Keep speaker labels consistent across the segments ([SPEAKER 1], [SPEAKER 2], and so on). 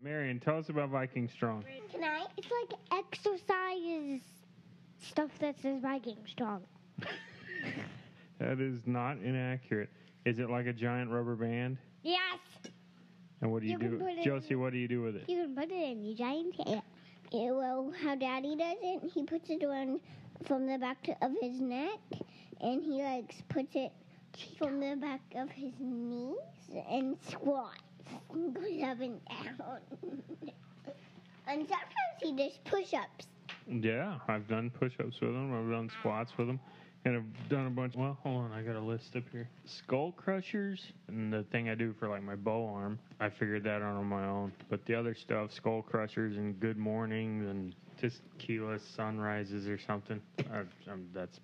[SPEAKER 1] Marion, tell us about Viking Strong.
[SPEAKER 2] Can I? It's like exercise stuff that says Viking Strong.
[SPEAKER 1] That is not inaccurate. Is it like a giant rubber band?
[SPEAKER 2] Yes.
[SPEAKER 1] And what do you,
[SPEAKER 2] You can
[SPEAKER 1] do?
[SPEAKER 2] put it in
[SPEAKER 1] Josie, what do you do with it?
[SPEAKER 2] You can put it in your giant hair. Yeah, well, how Daddy does it, he puts it around from the back to, of his neck, and he like puts it from the back of his knees and squats and goes up and down. and sometimes he does push-ups.
[SPEAKER 1] Yeah, I've done push ups with them. I've done squats with them. And I've done a bunch. Well, hold on. I got a list up here. Skull crushers. And the thing I do for like my bow arm, I figured that out on my own. But the other stuff, skull crushers and good mornings and just keyless sunrises or something. I, I'm, that's,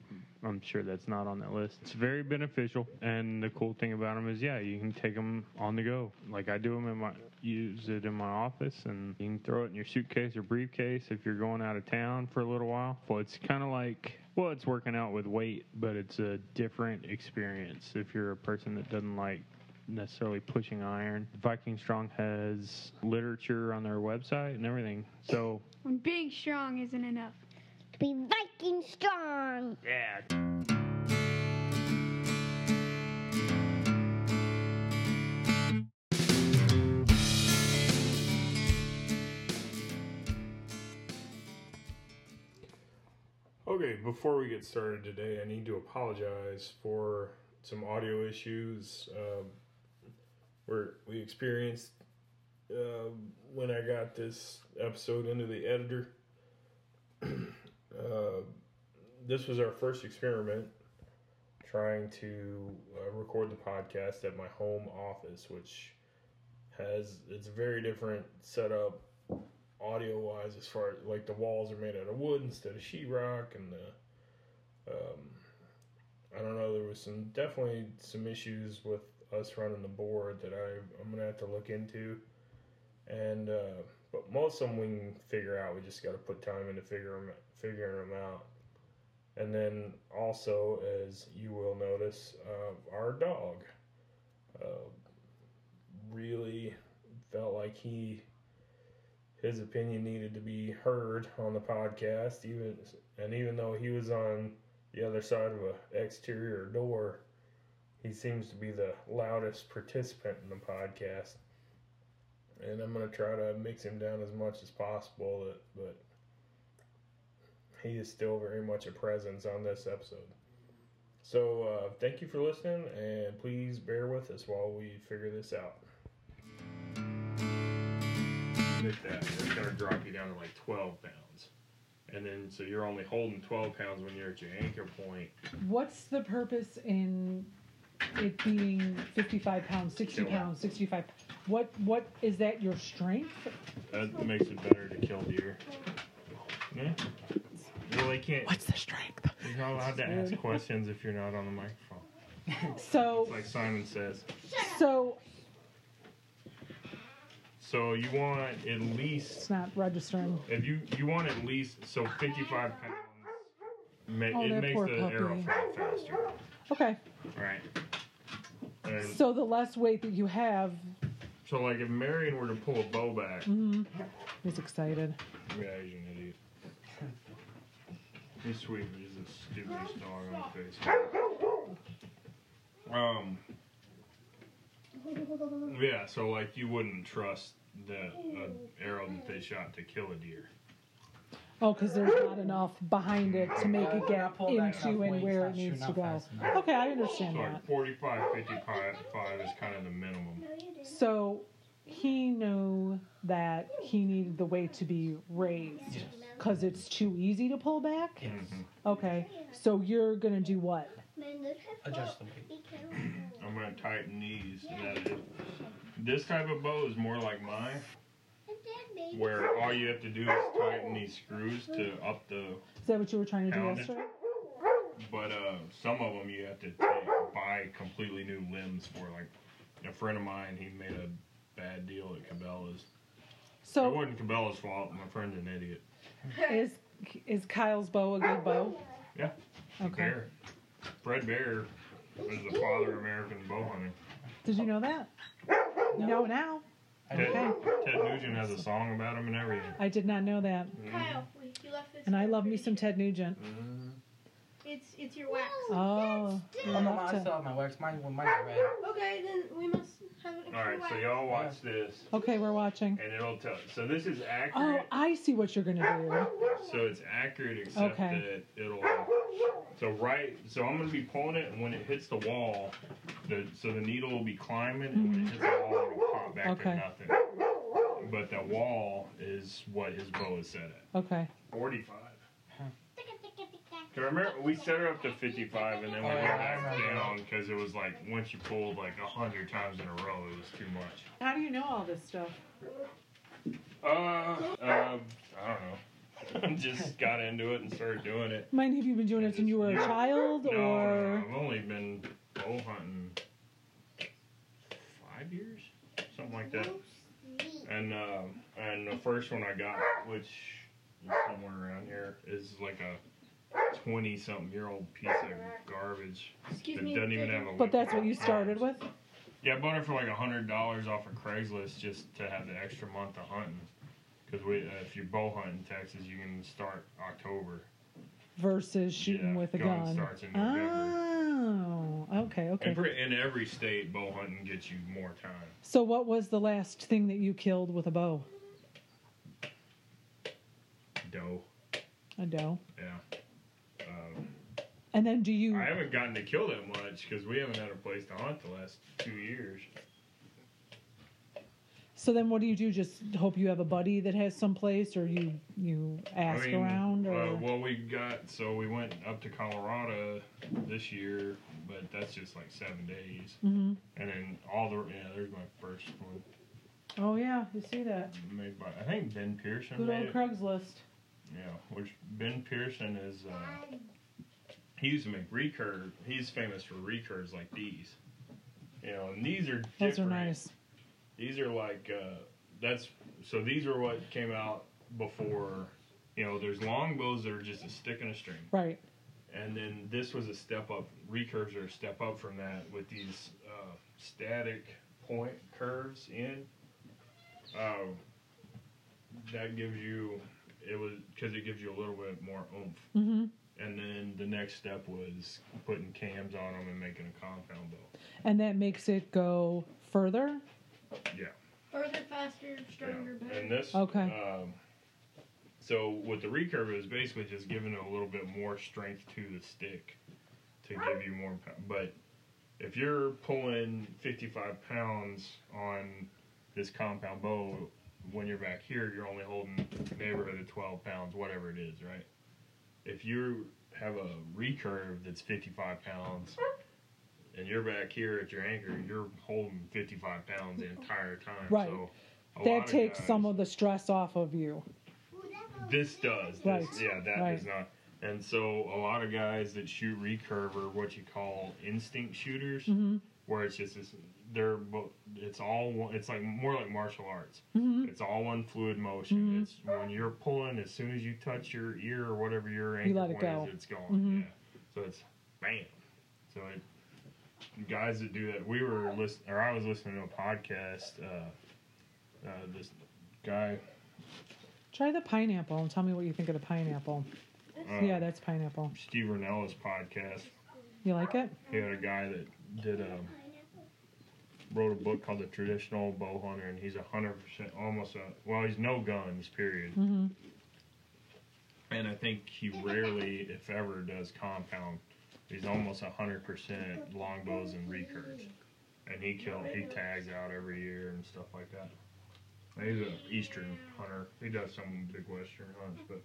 [SPEAKER 1] I'm sure that's not on that list. It's very beneficial. And the cool thing about them is, yeah, you can take them on the go. Like I do them in my, use it in my office and you can throw it in your suitcase or briefcase if you're going out of town for a little while. Well, it's kind of like, well, it's working out with weight, but it's a different experience if you're a person that doesn't like necessarily pushing iron. Viking Strong has literature on their website and everything. So,
[SPEAKER 3] When being strong isn't enough.
[SPEAKER 2] To be Viking strong.
[SPEAKER 1] yeah.
[SPEAKER 4] Okay, before we get started today, I need to apologize for some audio issues um, where we experienced uh, when I got this episode into the editor. uh, this was our first experiment trying to uh, record the podcast at my home office, which has it's a very different setup audio wise as far as like the walls are made out of wood instead of sheetrock and the um I don't know there was some definitely some issues with us running the board that I I'm gonna have to look into and uh but most of them we can figure out we just got to put time into figure 'em- figuring them out and then also as you will notice uh, our dog uh, really felt like he his opinion needed to be heard on the podcast even and even though he was on the other side of a exterior door he seems to be the loudest participant in the podcast and i'm going to try to mix him down as much as possible but he is still very much a presence on this episode so uh, thank you for listening and please bear with us while we figure this out admit that it's going to drop you down to like 12 pounds and then so you're only holding 12 pounds when you're at your anchor point
[SPEAKER 5] What's the purpose in it being 55 pounds, 60
[SPEAKER 4] Sure.
[SPEAKER 5] pounds, 65? What what is that your strength?
[SPEAKER 4] that makes it better to kill deer yeah well they can't
[SPEAKER 5] the strength?
[SPEAKER 4] you're not allowed to ask questions if you're not on the microphone
[SPEAKER 5] So
[SPEAKER 4] like simon says
[SPEAKER 5] so
[SPEAKER 4] so you want at
[SPEAKER 5] it's
[SPEAKER 4] least
[SPEAKER 5] not registering.
[SPEAKER 4] if you you want at least so 55 pounds ma-
[SPEAKER 5] Oh,
[SPEAKER 4] it
[SPEAKER 5] that
[SPEAKER 4] makes
[SPEAKER 5] poor
[SPEAKER 4] the
[SPEAKER 5] puppy.
[SPEAKER 4] arrow fly faster
[SPEAKER 5] Okay.
[SPEAKER 4] right and
[SPEAKER 5] So the less weight that you have,
[SPEAKER 4] so like if marion were to pull a bow back
[SPEAKER 5] he's excited.
[SPEAKER 4] Yeah, he's an idiot. This sweet is the stupidest dog on the face. Um. Yeah, so like you wouldn't trust that an arrow that they shot to kill a deer.
[SPEAKER 5] Oh, because there's not enough behind it to make a
[SPEAKER 6] Pull that
[SPEAKER 5] gap
[SPEAKER 6] up
[SPEAKER 5] into
[SPEAKER 6] when
[SPEAKER 5] and
[SPEAKER 6] he's
[SPEAKER 5] where
[SPEAKER 6] not
[SPEAKER 5] it needs
[SPEAKER 6] shooting
[SPEAKER 5] to
[SPEAKER 6] out
[SPEAKER 5] go.
[SPEAKER 6] fast enough.
[SPEAKER 5] Okay, I
[SPEAKER 4] So
[SPEAKER 5] understand that.
[SPEAKER 4] like 45, 55 is kind of the minimum.
[SPEAKER 5] So he knew that he needed the weight to be raised because it's too easy to pull back.
[SPEAKER 6] Yes.
[SPEAKER 5] Okay, so you're gonna do what?
[SPEAKER 6] Adjust the weight.
[SPEAKER 4] I'm gonna tighten these. And that is, this type of bow is more like mine, where all you have to do is tighten these screws to up the
[SPEAKER 5] Is that what you were trying to do
[SPEAKER 4] Pound.
[SPEAKER 5] yesterday?
[SPEAKER 4] But uh, some of them you have to take, buy completely new limbs for. Like a friend of mine, he made a bad deal at Cabela's. it
[SPEAKER 5] So
[SPEAKER 4] wasn't Cabela's fault. My friend's an idiot.
[SPEAKER 5] is is Kyle's bow a good bow?
[SPEAKER 4] Yeah.
[SPEAKER 5] Okay.
[SPEAKER 4] Bear. Fred Bear was the father of American bow hunting.
[SPEAKER 5] Did you know that? You know now.
[SPEAKER 4] Ted,
[SPEAKER 5] Okay.
[SPEAKER 4] Ted Nugent has a song about him and everything.
[SPEAKER 5] I did not know that.
[SPEAKER 4] Mm.
[SPEAKER 3] Kyle, we- you left this.
[SPEAKER 5] And I
[SPEAKER 3] here
[SPEAKER 5] love
[SPEAKER 3] for
[SPEAKER 5] me
[SPEAKER 3] you.
[SPEAKER 5] some Ted Nugent.
[SPEAKER 3] It's it's your wax.
[SPEAKER 5] Oh,
[SPEAKER 6] No,
[SPEAKER 5] I'm
[SPEAKER 6] no,
[SPEAKER 5] up
[SPEAKER 6] Mm-hmm. I still
[SPEAKER 5] to.
[SPEAKER 6] have my wax. Mine, well, mine's red.
[SPEAKER 3] Okay, then we must have an extra
[SPEAKER 4] All right,
[SPEAKER 3] wax.
[SPEAKER 4] so y'all watch this,
[SPEAKER 5] Okay, we're watching.
[SPEAKER 4] and it'll tell. So this is
[SPEAKER 5] Oh,
[SPEAKER 4] accurate.
[SPEAKER 5] I see what you're gonna
[SPEAKER 4] So it's accurate, except
[SPEAKER 5] Okay.
[SPEAKER 4] that it'll. So right, so I'm gonna be pulling it, and when it hits the wall, the so the needle will be climbing, and when it
[SPEAKER 6] Mm-hmm.
[SPEAKER 4] hits the wall, it'll pop back
[SPEAKER 5] Okay.
[SPEAKER 4] to nothing. But the wall is what his bow is set at.
[SPEAKER 5] do. Okay.
[SPEAKER 4] 45. Cause I remember we set her up to 55 and then we
[SPEAKER 6] Oh,
[SPEAKER 4] went
[SPEAKER 6] yeah, I
[SPEAKER 4] back
[SPEAKER 6] remember.
[SPEAKER 4] down because it was like once you pulled like 100 times in a row, it was too much.
[SPEAKER 5] How do you know all this stuff?
[SPEAKER 4] Uh, uh, I don't know. Just got into it and started doing it.
[SPEAKER 5] Mine, have you been doing it since you were a
[SPEAKER 4] No.
[SPEAKER 5] child,
[SPEAKER 4] No, no,
[SPEAKER 5] or
[SPEAKER 4] no, I've only been bow hunting five years, something like that. And uh, and the first one I got, which is somewhere around here, is like a twenty-something year old piece of garbage
[SPEAKER 3] Excuse
[SPEAKER 4] that
[SPEAKER 3] me.
[SPEAKER 4] doesn't even have a.
[SPEAKER 5] But that's
[SPEAKER 4] whip.
[SPEAKER 5] what you started with.
[SPEAKER 4] Yeah, I bought it for like hundred dollars off of Craigslist just to have the extra month of hunting. Because we, uh, if you bow hunt in Texas, you can start October.
[SPEAKER 5] versus shooting
[SPEAKER 4] Yeah,
[SPEAKER 5] with a
[SPEAKER 4] gun
[SPEAKER 5] gun. Ah.
[SPEAKER 4] starts in
[SPEAKER 5] Oh, okay, okay.
[SPEAKER 4] And pretty, in every state, bow hunting gets you more time.
[SPEAKER 5] So, what was the last thing that you killed with a bow?
[SPEAKER 4] Doe,
[SPEAKER 5] A doe.
[SPEAKER 4] yeah. Um,
[SPEAKER 5] And then, do you?
[SPEAKER 4] I haven't gotten to kill that much because we haven't had a place to hunt the last two years.
[SPEAKER 5] So then, what do you do? Just hope you have a buddy that has some place, or you you ask
[SPEAKER 4] I mean,
[SPEAKER 5] around, or
[SPEAKER 4] uh, well, we got so we went up to Colorado this year, but that's just like seven days,
[SPEAKER 5] Mhm.
[SPEAKER 4] and then all the yeah. There's my first one
[SPEAKER 5] oh yeah, you see that
[SPEAKER 4] made by I think Ben Pearson
[SPEAKER 5] good
[SPEAKER 4] made
[SPEAKER 5] old
[SPEAKER 4] it.
[SPEAKER 5] Craigslist.
[SPEAKER 4] Yeah, which Ben Pearson is. Uh, he used to make recurve. He's famous for recurves like these. You know, and these are different.
[SPEAKER 5] Those are nice.
[SPEAKER 4] These are like uh, that's so these are what came out before. You know, there's longbows that are just a stick and a string,
[SPEAKER 5] Right.
[SPEAKER 4] and then this was a step up. Recurves are a step up from that with these uh, static point curves in. Uh, that gives you it was because it gives you a little bit more oomph.
[SPEAKER 5] hmm
[SPEAKER 4] And then the next step was putting cams on them and making a compound bow.
[SPEAKER 5] And that makes it go further.
[SPEAKER 3] Further, faster, stronger,
[SPEAKER 4] Yeah.
[SPEAKER 3] better.
[SPEAKER 4] And this,
[SPEAKER 5] Okay.
[SPEAKER 4] Um, so with the recurve, it was basically just giving it a little bit more strength to the stick to give you more. pow- But if you're pulling 55 pounds on this compound bow, when you're back here, you're only holding neighborhood of 12 pounds, whatever it is, right? If you have a recurve that's 55 pounds. And you're back here at your anchor. You're holding 55 pounds the entire time.
[SPEAKER 5] Right.
[SPEAKER 4] So a lot
[SPEAKER 5] That
[SPEAKER 4] of
[SPEAKER 5] takes some
[SPEAKER 4] guys-
[SPEAKER 5] of the stress off of you.
[SPEAKER 4] this does this,
[SPEAKER 5] Right,
[SPEAKER 4] yeah that
[SPEAKER 5] right.
[SPEAKER 4] does not and so a lot of guys that shoot recurve are what you call instinct shooters
[SPEAKER 5] hmm
[SPEAKER 4] where it's just this they're bo- it's all one it's like more like martial arts
[SPEAKER 5] hmm
[SPEAKER 4] it's all one fluid motion
[SPEAKER 5] Mhm.
[SPEAKER 4] it's when you're pulling as soon as you touch your ear or whatever your anchor
[SPEAKER 5] You let it
[SPEAKER 4] point is,
[SPEAKER 5] go.
[SPEAKER 4] it's gone
[SPEAKER 5] Mhm.
[SPEAKER 4] yeah so it's bam so it guys that do that we were listen or i was listening to a podcast uh, uh this guy
[SPEAKER 5] Try the pineapple and tell me what you think of the pineapple.
[SPEAKER 4] uh,
[SPEAKER 5] yeah, that's pineapple.
[SPEAKER 4] Steve Renella's podcast.
[SPEAKER 5] You like it?
[SPEAKER 4] He had a guy that did um, wrote a book called The Traditional Bow Hunter, and he's a hundred percent almost a well, he's no guns, period.
[SPEAKER 5] hmm
[SPEAKER 4] And I think he rarely, if ever, does compound. He's almost a hundred percent longbows and recurves, and he kill he tags out every year and stuff like that. And He's an eastern hunter. He does some big western hunts, but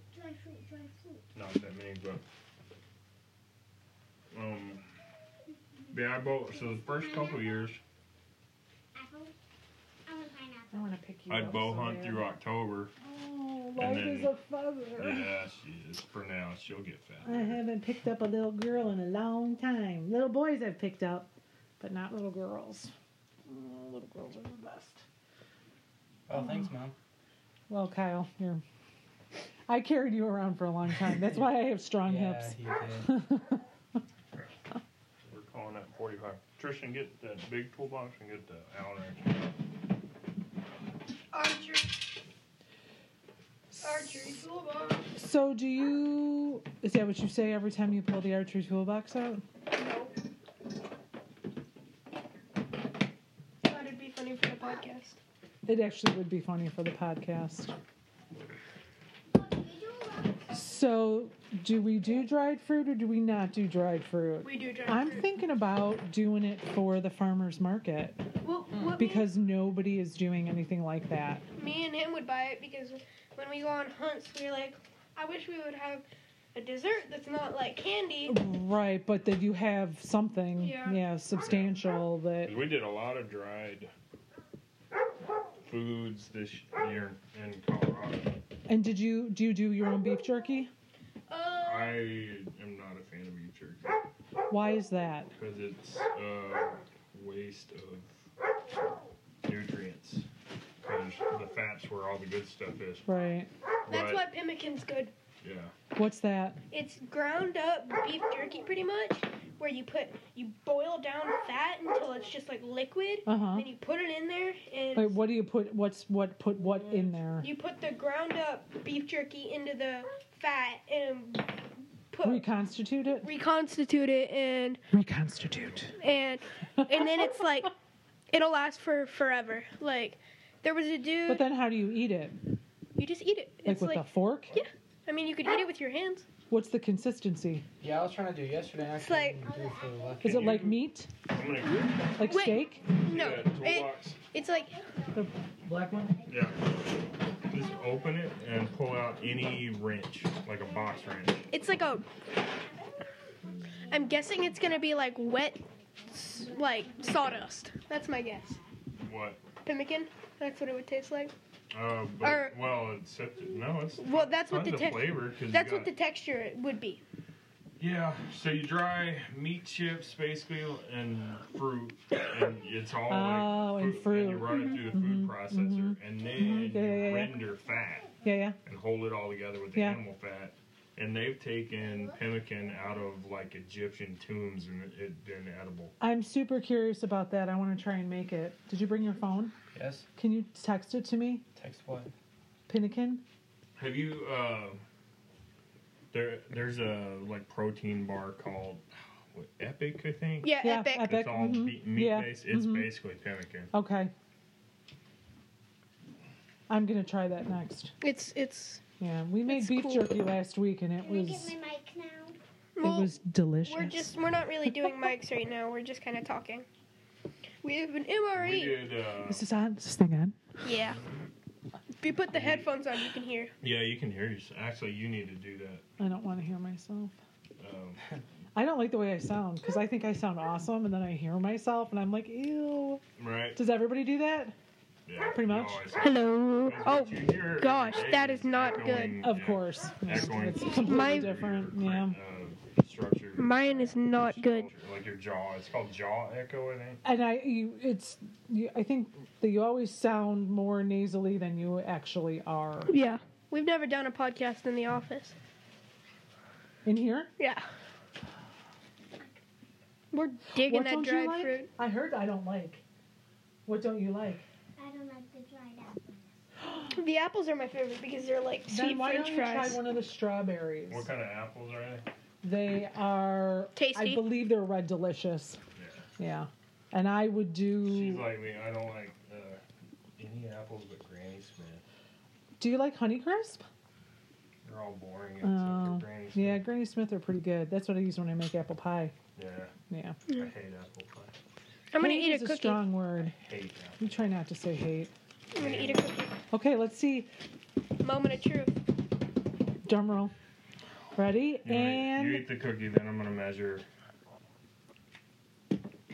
[SPEAKER 4] not that many, but um, yeah, I bought. So the first couple years,
[SPEAKER 5] I want to pick you
[SPEAKER 4] I'd bow hunt through October.
[SPEAKER 5] Oh,
[SPEAKER 4] life
[SPEAKER 5] life
[SPEAKER 4] then- is
[SPEAKER 5] is
[SPEAKER 4] a
[SPEAKER 5] a feather.
[SPEAKER 4] Yeah, she is. For now, she'll get
[SPEAKER 5] I
[SPEAKER 4] fat.
[SPEAKER 5] haven't picked up a little girl in a long time. Little boys I've picked up, but not little girls. Oh, little girls are the best.
[SPEAKER 6] Oh, thanks, mom.
[SPEAKER 5] Well, Kyle, you're. I carried you around for a long time. That's why I have strong
[SPEAKER 6] yeah,
[SPEAKER 5] hips.
[SPEAKER 6] you did.
[SPEAKER 4] We're calling that 45. Tristan, get that big toolbox and get the Allen.
[SPEAKER 3] Archer. Archery toolbox.
[SPEAKER 5] So do you? Is that what you say every time you pull the archery toolbox out?
[SPEAKER 3] No. Thought it'd be funny for the podcast.
[SPEAKER 5] It actually would be funny for the podcast. So do we do dried fruit or do we not do dried fruit?
[SPEAKER 3] We do drive
[SPEAKER 5] I'm
[SPEAKER 3] through.
[SPEAKER 5] thinking about doing it for the farmers market
[SPEAKER 3] Well, what me-
[SPEAKER 5] because nobody is doing anything like that.
[SPEAKER 3] me and him would buy it because when we go on hunts, we're like, I wish we would have a dessert that's not like candy.
[SPEAKER 5] Right, but that you have something,
[SPEAKER 3] Yeah.
[SPEAKER 5] yeah substantial that
[SPEAKER 4] 'Cause We did a lot of dried foods this year in Colorado.
[SPEAKER 5] And did you do you do your own beef jerky?
[SPEAKER 3] Uh,
[SPEAKER 4] I am not a fan of beef jerky
[SPEAKER 5] Why is that?
[SPEAKER 4] because it's a waste of nutrients. Because the fats where all the good stuff is.
[SPEAKER 5] Right.
[SPEAKER 3] Uh, that's
[SPEAKER 4] But,
[SPEAKER 3] why pemmican's good.
[SPEAKER 4] Yeah.
[SPEAKER 5] What's that?
[SPEAKER 3] It's ground up beef jerky, pretty much, where you put you boil down fat until it's just like liquid,
[SPEAKER 5] Uh-huh.
[SPEAKER 3] and you put it in there, and
[SPEAKER 5] Like, what do you put? What's what? Put what in there?
[SPEAKER 3] you put the ground up beef jerky into the fat and put
[SPEAKER 5] Reconstitute it.
[SPEAKER 3] reconstitute it and
[SPEAKER 5] Reconstitute.
[SPEAKER 3] and and then it's like it'll last for forever. Like there was a dude,
[SPEAKER 5] But then, how do you eat it?
[SPEAKER 3] you just eat it.
[SPEAKER 5] Like
[SPEAKER 3] It's
[SPEAKER 5] with
[SPEAKER 3] like
[SPEAKER 5] a fork?
[SPEAKER 3] yeah. I mean, you could eat it with your hands.
[SPEAKER 5] What's the consistency?
[SPEAKER 6] Yeah, I was trying to do yesterday. I
[SPEAKER 3] It's like-
[SPEAKER 6] couldn't do for the luck.
[SPEAKER 5] Is it like meat?
[SPEAKER 4] I'm gonna get
[SPEAKER 5] Like
[SPEAKER 3] Wait.
[SPEAKER 5] steak?
[SPEAKER 3] No,
[SPEAKER 4] that
[SPEAKER 3] it,
[SPEAKER 4] toolbox.
[SPEAKER 3] it's like
[SPEAKER 6] Black one?
[SPEAKER 4] Yeah. Just open it and pull out any wrench, like a box wrench.
[SPEAKER 3] it's like a. I'm guessing it's gonna be like wet, s- like sawdust. That's my guess.
[SPEAKER 4] What?
[SPEAKER 3] Pemmican. That's what it would taste like.
[SPEAKER 4] Uh, but,
[SPEAKER 3] Or-
[SPEAKER 4] well, it's no, it's
[SPEAKER 3] Well, that's what
[SPEAKER 4] tons
[SPEAKER 3] the
[SPEAKER 4] of
[SPEAKER 3] te-
[SPEAKER 4] flavor. 'cause you
[SPEAKER 3] That's what
[SPEAKER 4] got-
[SPEAKER 3] the texture would be.
[SPEAKER 4] Yeah, so you dry meat chips basically and fruit, and it's all
[SPEAKER 5] Oh,
[SPEAKER 4] like
[SPEAKER 5] and
[SPEAKER 4] you
[SPEAKER 5] fruit.
[SPEAKER 4] run it through the food processor, and then
[SPEAKER 5] Mhm. Yeah, yeah,
[SPEAKER 4] you
[SPEAKER 5] yeah.
[SPEAKER 4] render fat
[SPEAKER 5] Yeah, yeah.
[SPEAKER 4] and hold it all together with the
[SPEAKER 5] Yeah.
[SPEAKER 4] animal fat. And they've taken pemmican out of like Egyptian tombs and it, it been edible.
[SPEAKER 5] I'm super curious about that. I want to try and make it. Did you bring your phone?
[SPEAKER 6] Yes.
[SPEAKER 5] Can you text it to me?
[SPEAKER 6] Text what?
[SPEAKER 5] Pinnakin?
[SPEAKER 4] Have you? Uh, there, there's a like protein bar called what, Epic, I think.
[SPEAKER 3] Yeah,
[SPEAKER 5] Yeah,
[SPEAKER 3] epic.
[SPEAKER 5] epic.
[SPEAKER 4] It's all
[SPEAKER 5] mhm.
[SPEAKER 4] meat, meat
[SPEAKER 5] Yeah,
[SPEAKER 4] based. It's
[SPEAKER 5] mhm.
[SPEAKER 4] basically pemmican.
[SPEAKER 5] Okay. I'm gonna try that next.
[SPEAKER 3] It's it's.
[SPEAKER 5] Yeah, we made
[SPEAKER 3] It's
[SPEAKER 5] beef
[SPEAKER 3] cool.
[SPEAKER 5] jerky last week, and it
[SPEAKER 2] Can I
[SPEAKER 5] was
[SPEAKER 2] get my mic now?
[SPEAKER 5] it
[SPEAKER 3] well,
[SPEAKER 5] was delicious.
[SPEAKER 3] We're just we're not really doing mics right now. We're just kind of talking. We have an
[SPEAKER 4] We
[SPEAKER 3] MRE.
[SPEAKER 4] did. Uh,
[SPEAKER 5] Is this on? Is this thing on?
[SPEAKER 3] Yeah. If you put the headphones on, you can hear.
[SPEAKER 4] yeah, you can hear yourself. Actually, you need to do that.
[SPEAKER 5] I don't want to hear myself.
[SPEAKER 4] Um,
[SPEAKER 5] I don't like the way I sound because I think I sound awesome, and then I hear myself, and I'm like, ew.
[SPEAKER 4] right?
[SPEAKER 5] Does everybody do that?
[SPEAKER 4] Yeah,
[SPEAKER 5] pretty much.
[SPEAKER 4] you always-
[SPEAKER 3] Hello. Oh
[SPEAKER 4] What you hear every
[SPEAKER 3] gosh,
[SPEAKER 4] day
[SPEAKER 3] that is not
[SPEAKER 4] echoing,
[SPEAKER 5] Of
[SPEAKER 4] yeah,
[SPEAKER 5] course. Yeah,
[SPEAKER 4] Echoing
[SPEAKER 5] it's
[SPEAKER 4] from
[SPEAKER 5] completely
[SPEAKER 3] My-
[SPEAKER 4] your
[SPEAKER 5] different. Yeah.
[SPEAKER 4] current, Uh, structure.
[SPEAKER 3] mine is not good.
[SPEAKER 4] Like your jaw. It's called jaw echo, I think.
[SPEAKER 5] And I, you, it's, you, I think that you always sound more nasally than you actually are.
[SPEAKER 3] Yeah. We've never done a podcast in the office.
[SPEAKER 5] In here,
[SPEAKER 3] Yeah. We're digging
[SPEAKER 5] what
[SPEAKER 3] that
[SPEAKER 5] don't
[SPEAKER 3] dried
[SPEAKER 5] you like?
[SPEAKER 3] fruit.
[SPEAKER 5] I heard I don't like. What don't you like?
[SPEAKER 2] I don't like the dried apple.
[SPEAKER 3] The apples are my favorite because they're like sweet
[SPEAKER 5] then why
[SPEAKER 3] French
[SPEAKER 5] don't you
[SPEAKER 3] fries.
[SPEAKER 5] try one of the strawberries?
[SPEAKER 4] What kind of apples are they?
[SPEAKER 5] They are I
[SPEAKER 3] Tasty.
[SPEAKER 5] believe they're red delicious.
[SPEAKER 4] Yeah.
[SPEAKER 5] Yeah. And I would
[SPEAKER 4] She's
[SPEAKER 5] do.
[SPEAKER 4] like me. I don't like uh, any apples but Granny Smith.
[SPEAKER 5] do you like Honeycrisp?
[SPEAKER 4] They're all boring except
[SPEAKER 5] Oh,
[SPEAKER 4] for Granny Smith.
[SPEAKER 5] yeah. Granny Smith are pretty good. That's what I use when I make apple pie.
[SPEAKER 4] Yeah,
[SPEAKER 5] Yeah.
[SPEAKER 4] I hate apple pie.
[SPEAKER 3] I'm gonna
[SPEAKER 5] Hate
[SPEAKER 3] eat a
[SPEAKER 5] is
[SPEAKER 3] cookie.
[SPEAKER 5] strong word.
[SPEAKER 4] Hate apple.
[SPEAKER 5] We try not to say hate.
[SPEAKER 3] I'm gonna eat a cookie.
[SPEAKER 5] Okay, let's see.
[SPEAKER 3] Moment of truth.
[SPEAKER 5] Drum roll. Ready?
[SPEAKER 4] You,
[SPEAKER 5] and
[SPEAKER 4] eat, you eat the cookie, then I'm gonna measure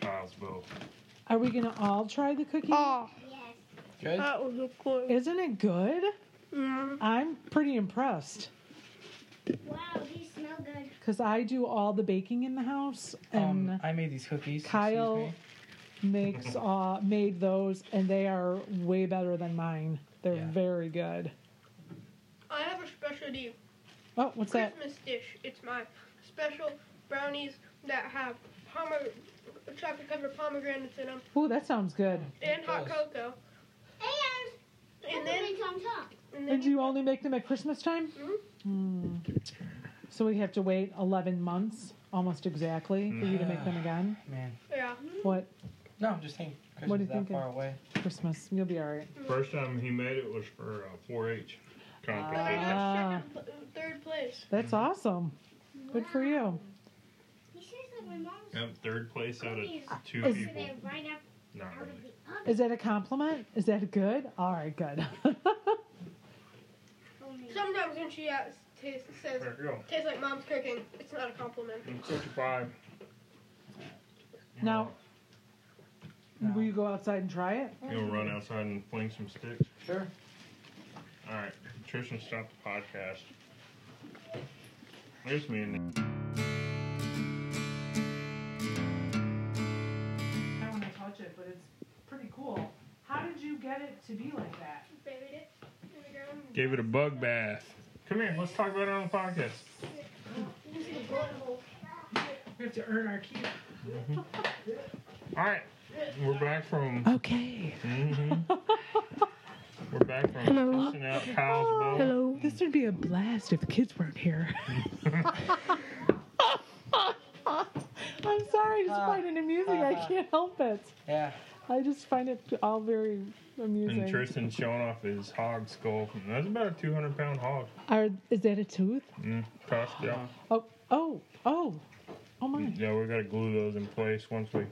[SPEAKER 4] Kyle's bow.
[SPEAKER 5] are we gonna all try the cookie?
[SPEAKER 3] Oh,
[SPEAKER 2] Yes.
[SPEAKER 6] Good?
[SPEAKER 3] that was a cool.
[SPEAKER 5] Isn't it good?
[SPEAKER 3] Mm.
[SPEAKER 5] I'm pretty impressed
[SPEAKER 2] Wow, these smell good.
[SPEAKER 5] because I do all the baking in the house and.
[SPEAKER 6] Um, I made these cookies. excuse
[SPEAKER 5] Kyle-
[SPEAKER 6] me.
[SPEAKER 5] makes uh made those and they are way better than mine. They're
[SPEAKER 6] Yeah.
[SPEAKER 5] very good.
[SPEAKER 3] I have a specialty
[SPEAKER 5] Oh, what's that?
[SPEAKER 3] Christmas dish. It's my special brownies that have pomer- chocolate covered pomegranates in them
[SPEAKER 5] Ooh, that sounds good.
[SPEAKER 3] and hot
[SPEAKER 6] Yes.
[SPEAKER 3] cocoa.
[SPEAKER 2] And
[SPEAKER 3] And then, and then Mm-hmm.
[SPEAKER 5] And you only make them at Christmas time? Hmm. So we have to wait 11 months, almost exactly, for you to
[SPEAKER 6] Mm.
[SPEAKER 5] make them again?
[SPEAKER 6] Man.
[SPEAKER 3] yeah.
[SPEAKER 5] What?
[SPEAKER 6] No, I'm just saying. Christmas
[SPEAKER 5] What do you
[SPEAKER 6] is that
[SPEAKER 5] think
[SPEAKER 6] far
[SPEAKER 5] of-
[SPEAKER 6] away.
[SPEAKER 5] Christmas. You'll be all right.
[SPEAKER 4] First time he made it was for uh, 4-H
[SPEAKER 3] But I
[SPEAKER 4] competition.
[SPEAKER 5] Ah.
[SPEAKER 3] got second, pl- third place.
[SPEAKER 6] Mm.
[SPEAKER 5] That's awesome. Good for you.
[SPEAKER 4] Yep, third place out of two
[SPEAKER 5] Is-
[SPEAKER 4] people. Not really.
[SPEAKER 5] Is that a compliment? Is that good? All right, good.
[SPEAKER 3] Sometimes when she asks, tastes, says,
[SPEAKER 4] There you go.
[SPEAKER 3] tastes like mom's cooking, it's not a compliment.
[SPEAKER 4] I'm 65.
[SPEAKER 5] now,
[SPEAKER 6] No.
[SPEAKER 5] will you go outside and try it?
[SPEAKER 4] You'll run outside and fling some sticks.
[SPEAKER 6] Sure.
[SPEAKER 4] All right, Tristan, stop the podcast. There's me and
[SPEAKER 5] I don't want to touch it, but it's pretty cool. How did you get it to be like that?
[SPEAKER 3] Buried it in the ground.
[SPEAKER 4] Gave it a bug bath. Come here, let's talk about it on the podcast.
[SPEAKER 3] Into the butthole.
[SPEAKER 6] We have to earn our keep.
[SPEAKER 4] All right, we're back from.
[SPEAKER 5] Okay.
[SPEAKER 4] Mhm. We're back from fishing out Kyle's boat.
[SPEAKER 5] Oh, This would be a blast if the kids weren't here. I'm sorry, I just
[SPEAKER 6] Ah.
[SPEAKER 5] find it amusing. I
[SPEAKER 6] Ah.
[SPEAKER 5] can't help it.
[SPEAKER 6] Yeah.
[SPEAKER 5] I just find it all very amusing.
[SPEAKER 4] And Tristan showing off his hog skull. From, that's about a 200 pound hog.
[SPEAKER 5] Are, is that a tooth?
[SPEAKER 4] Mm, Costco.
[SPEAKER 5] Oh, oh, oh, oh
[SPEAKER 3] Uh-huh.
[SPEAKER 5] my.
[SPEAKER 4] Yeah, we gotta glue those in place once we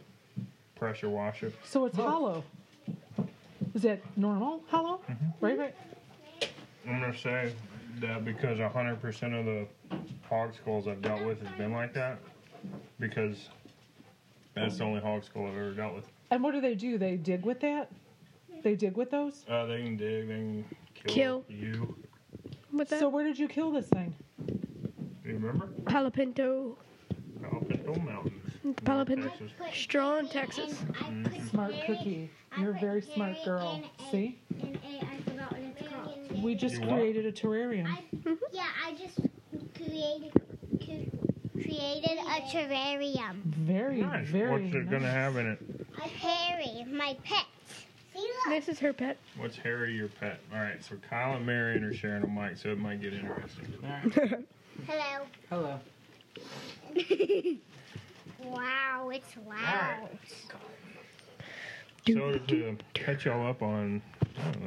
[SPEAKER 4] pressure wash it.
[SPEAKER 5] So it's hollow. Is that normal hollow?
[SPEAKER 4] Mm-hmm.
[SPEAKER 5] Right, right.
[SPEAKER 4] I'm gonna say that because 100% of the hog skulls I've dealt with has been like that. Because that's the only hog skull I've ever dealt with.
[SPEAKER 5] And what do they do? They dig with that? They dig with those?
[SPEAKER 4] Uh, they can dig, they can kill,
[SPEAKER 3] Kill.
[SPEAKER 4] you.
[SPEAKER 3] What's
[SPEAKER 5] So where did you kill this thing?
[SPEAKER 4] You remember?
[SPEAKER 3] Palo Pinto.
[SPEAKER 4] Up at Dome Mountain.
[SPEAKER 3] Palo Pinto.
[SPEAKER 4] Texas.
[SPEAKER 3] Strong Texas.
[SPEAKER 5] Smart cookie. You're a very smart girl. See? We Mm-hmm. just
[SPEAKER 4] You what?
[SPEAKER 5] created a terrarium.
[SPEAKER 2] Mm-hmm. Yeah, I just created created a terrarium.
[SPEAKER 5] Very,
[SPEAKER 4] Nice.
[SPEAKER 5] very
[SPEAKER 4] What's it
[SPEAKER 5] nice.
[SPEAKER 4] gonna have in it?
[SPEAKER 2] Harry, my pet. See, look.
[SPEAKER 3] This is her pet.
[SPEAKER 4] What's Harry your pet? All right, so Kyle and Marion are sharing a mic, so it might get interesting.
[SPEAKER 6] All right.
[SPEAKER 2] Hello.
[SPEAKER 6] Hello.
[SPEAKER 2] Wow, it's loud.
[SPEAKER 4] So to catch y'all up on I don't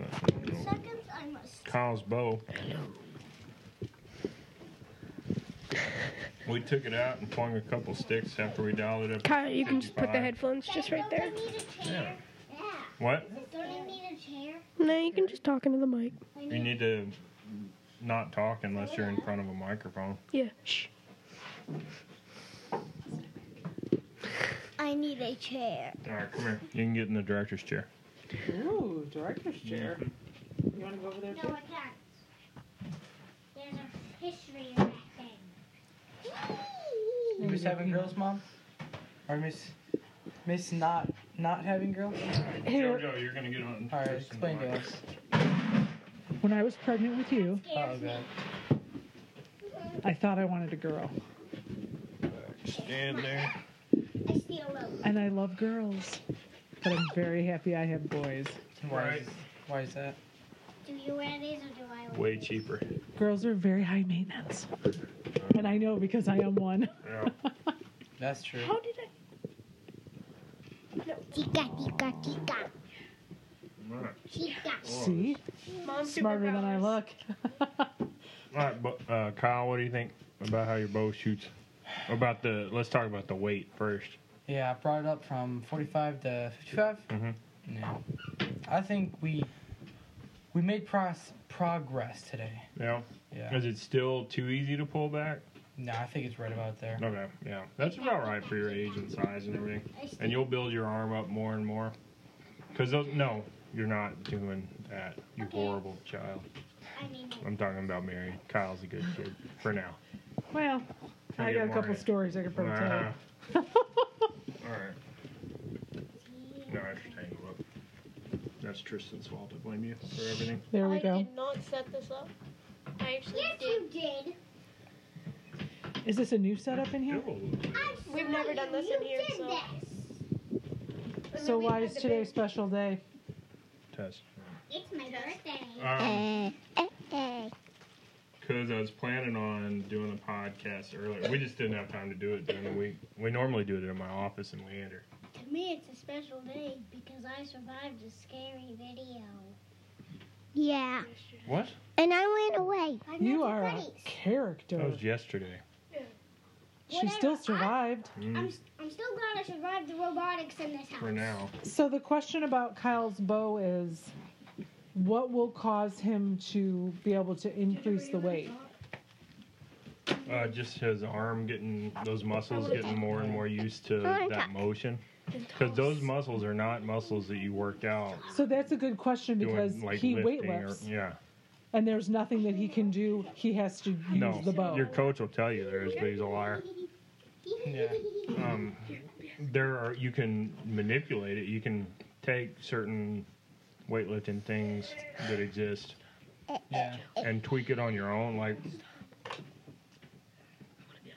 [SPEAKER 4] know,
[SPEAKER 2] Seconds, I must.
[SPEAKER 4] Kyle's bow, we took it out and flung a couple sticks after we dialed it up. to
[SPEAKER 3] Kyle, you can just put the
[SPEAKER 4] 55.
[SPEAKER 3] headphones just right there.
[SPEAKER 2] Don't you need a chair? Yeah.
[SPEAKER 4] What?
[SPEAKER 2] Don't you need a chair?
[SPEAKER 3] No, you can just talk into the mic.
[SPEAKER 2] I
[SPEAKER 4] You need to not talk unless you're in front of a microphone.
[SPEAKER 3] Yeah. Shh.
[SPEAKER 2] I need a chair.
[SPEAKER 4] All right, come here. You can get in the director's chair.
[SPEAKER 5] Ooh, director's chair. You want to go over there
[SPEAKER 2] No, I can't. There's a history in that thing.
[SPEAKER 6] You miss having girls, mom? Or miss miss not not having girls?
[SPEAKER 5] Here,
[SPEAKER 4] Jojo, you're gonna get on.
[SPEAKER 6] All right. Explain to us.
[SPEAKER 5] when I was pregnant with you,
[SPEAKER 6] Oh god.
[SPEAKER 5] I thought I wanted a girl.
[SPEAKER 4] Stand there.
[SPEAKER 2] I steal rope.
[SPEAKER 5] And I love girls. But I'm very happy I have boys.
[SPEAKER 6] Why
[SPEAKER 4] Right.
[SPEAKER 6] is, why is that?
[SPEAKER 2] Do you wear these or do I wear
[SPEAKER 4] Way cheaper.
[SPEAKER 5] Girls are very high maintenance. And I know because I am one.
[SPEAKER 4] Yeah.
[SPEAKER 6] That's true.
[SPEAKER 3] How did I?
[SPEAKER 2] Chica, chica, chica.
[SPEAKER 4] All right.
[SPEAKER 2] Chica.
[SPEAKER 5] See?
[SPEAKER 3] Mom's
[SPEAKER 5] Smarter than I
[SPEAKER 3] superpowers.
[SPEAKER 5] look.
[SPEAKER 4] All right, but, uh, Kyle, what do you think about how your bow shoots? About the let's talk about the weight first.
[SPEAKER 6] Yeah, I brought it up from 45 to 55.
[SPEAKER 4] Mhm.
[SPEAKER 6] Yeah. I think we we made pros- progress today.
[SPEAKER 4] Yeah,
[SPEAKER 6] Yeah.
[SPEAKER 4] is it still too easy to pull back?
[SPEAKER 6] No, I think it's right about there.
[SPEAKER 4] Okay, yeah, that's about right for your age and size and everything. And you'll build your arm up more and more. Cause those, no, you're not doing that. You
[SPEAKER 2] Okay.
[SPEAKER 4] horrible child.
[SPEAKER 2] I mean,
[SPEAKER 4] I'm talking about Mary. Kyle's a good kid for now.
[SPEAKER 5] Well,
[SPEAKER 4] Can
[SPEAKER 5] I
[SPEAKER 4] get
[SPEAKER 5] got a
[SPEAKER 4] more
[SPEAKER 5] couple
[SPEAKER 4] in.
[SPEAKER 5] stories I could probably tell you.
[SPEAKER 4] Uh-huh. All right. No, I should hang you up. That's Tristan's fault. I blame you for everything.
[SPEAKER 5] There we
[SPEAKER 7] I
[SPEAKER 5] go.
[SPEAKER 7] did not set this up. I actually
[SPEAKER 2] yes,
[SPEAKER 7] did.
[SPEAKER 2] you did.
[SPEAKER 5] Is this a new setup in here?
[SPEAKER 2] I
[SPEAKER 7] We've
[SPEAKER 2] saw
[SPEAKER 7] never done
[SPEAKER 2] you.
[SPEAKER 7] this
[SPEAKER 2] you
[SPEAKER 7] in here,
[SPEAKER 2] did
[SPEAKER 7] so-
[SPEAKER 2] this.
[SPEAKER 5] So why is today a special day?
[SPEAKER 4] Test. Um,
[SPEAKER 2] It's my birthday.
[SPEAKER 4] Because
[SPEAKER 8] Eh, eh, eh.
[SPEAKER 4] I was planning on doing a podcast earlier. We just didn't have time to do it during the week. We normally do it in my office in Leander.
[SPEAKER 2] To me, it's a special day because I survived a scary video.
[SPEAKER 8] Yeah.
[SPEAKER 6] What?
[SPEAKER 8] And I went away.
[SPEAKER 2] Five
[SPEAKER 5] You
[SPEAKER 2] Nights
[SPEAKER 5] are
[SPEAKER 2] at
[SPEAKER 5] a
[SPEAKER 2] Freddy's.
[SPEAKER 4] That
[SPEAKER 5] character.
[SPEAKER 4] was yesterday.
[SPEAKER 5] She still survived.
[SPEAKER 4] Mm,
[SPEAKER 2] I'm, s- I'm still glad I survived the robotics in this house.
[SPEAKER 4] for now.
[SPEAKER 5] So the question about Kyle's bow is what will cause him to be able to increase the weight?
[SPEAKER 4] Uh, just his arm getting those muscles getting more and more used to
[SPEAKER 8] wanna
[SPEAKER 4] that
[SPEAKER 8] talk.
[SPEAKER 4] motion. Because those muscles are not muscles that you work out
[SPEAKER 5] So that's a good question because
[SPEAKER 4] doing like
[SPEAKER 5] he weight
[SPEAKER 4] lifting or
[SPEAKER 5] lifts
[SPEAKER 4] yeah.
[SPEAKER 5] and there's nothing that he can do. He has to use
[SPEAKER 4] No,
[SPEAKER 5] the bow.
[SPEAKER 4] your coach will tell you there is, but he's a liar.
[SPEAKER 6] Yeah.
[SPEAKER 4] Um, there are you can manipulate it. You can take certain weightlifting things that exist
[SPEAKER 6] Yeah.
[SPEAKER 4] and tweak it on your own. Like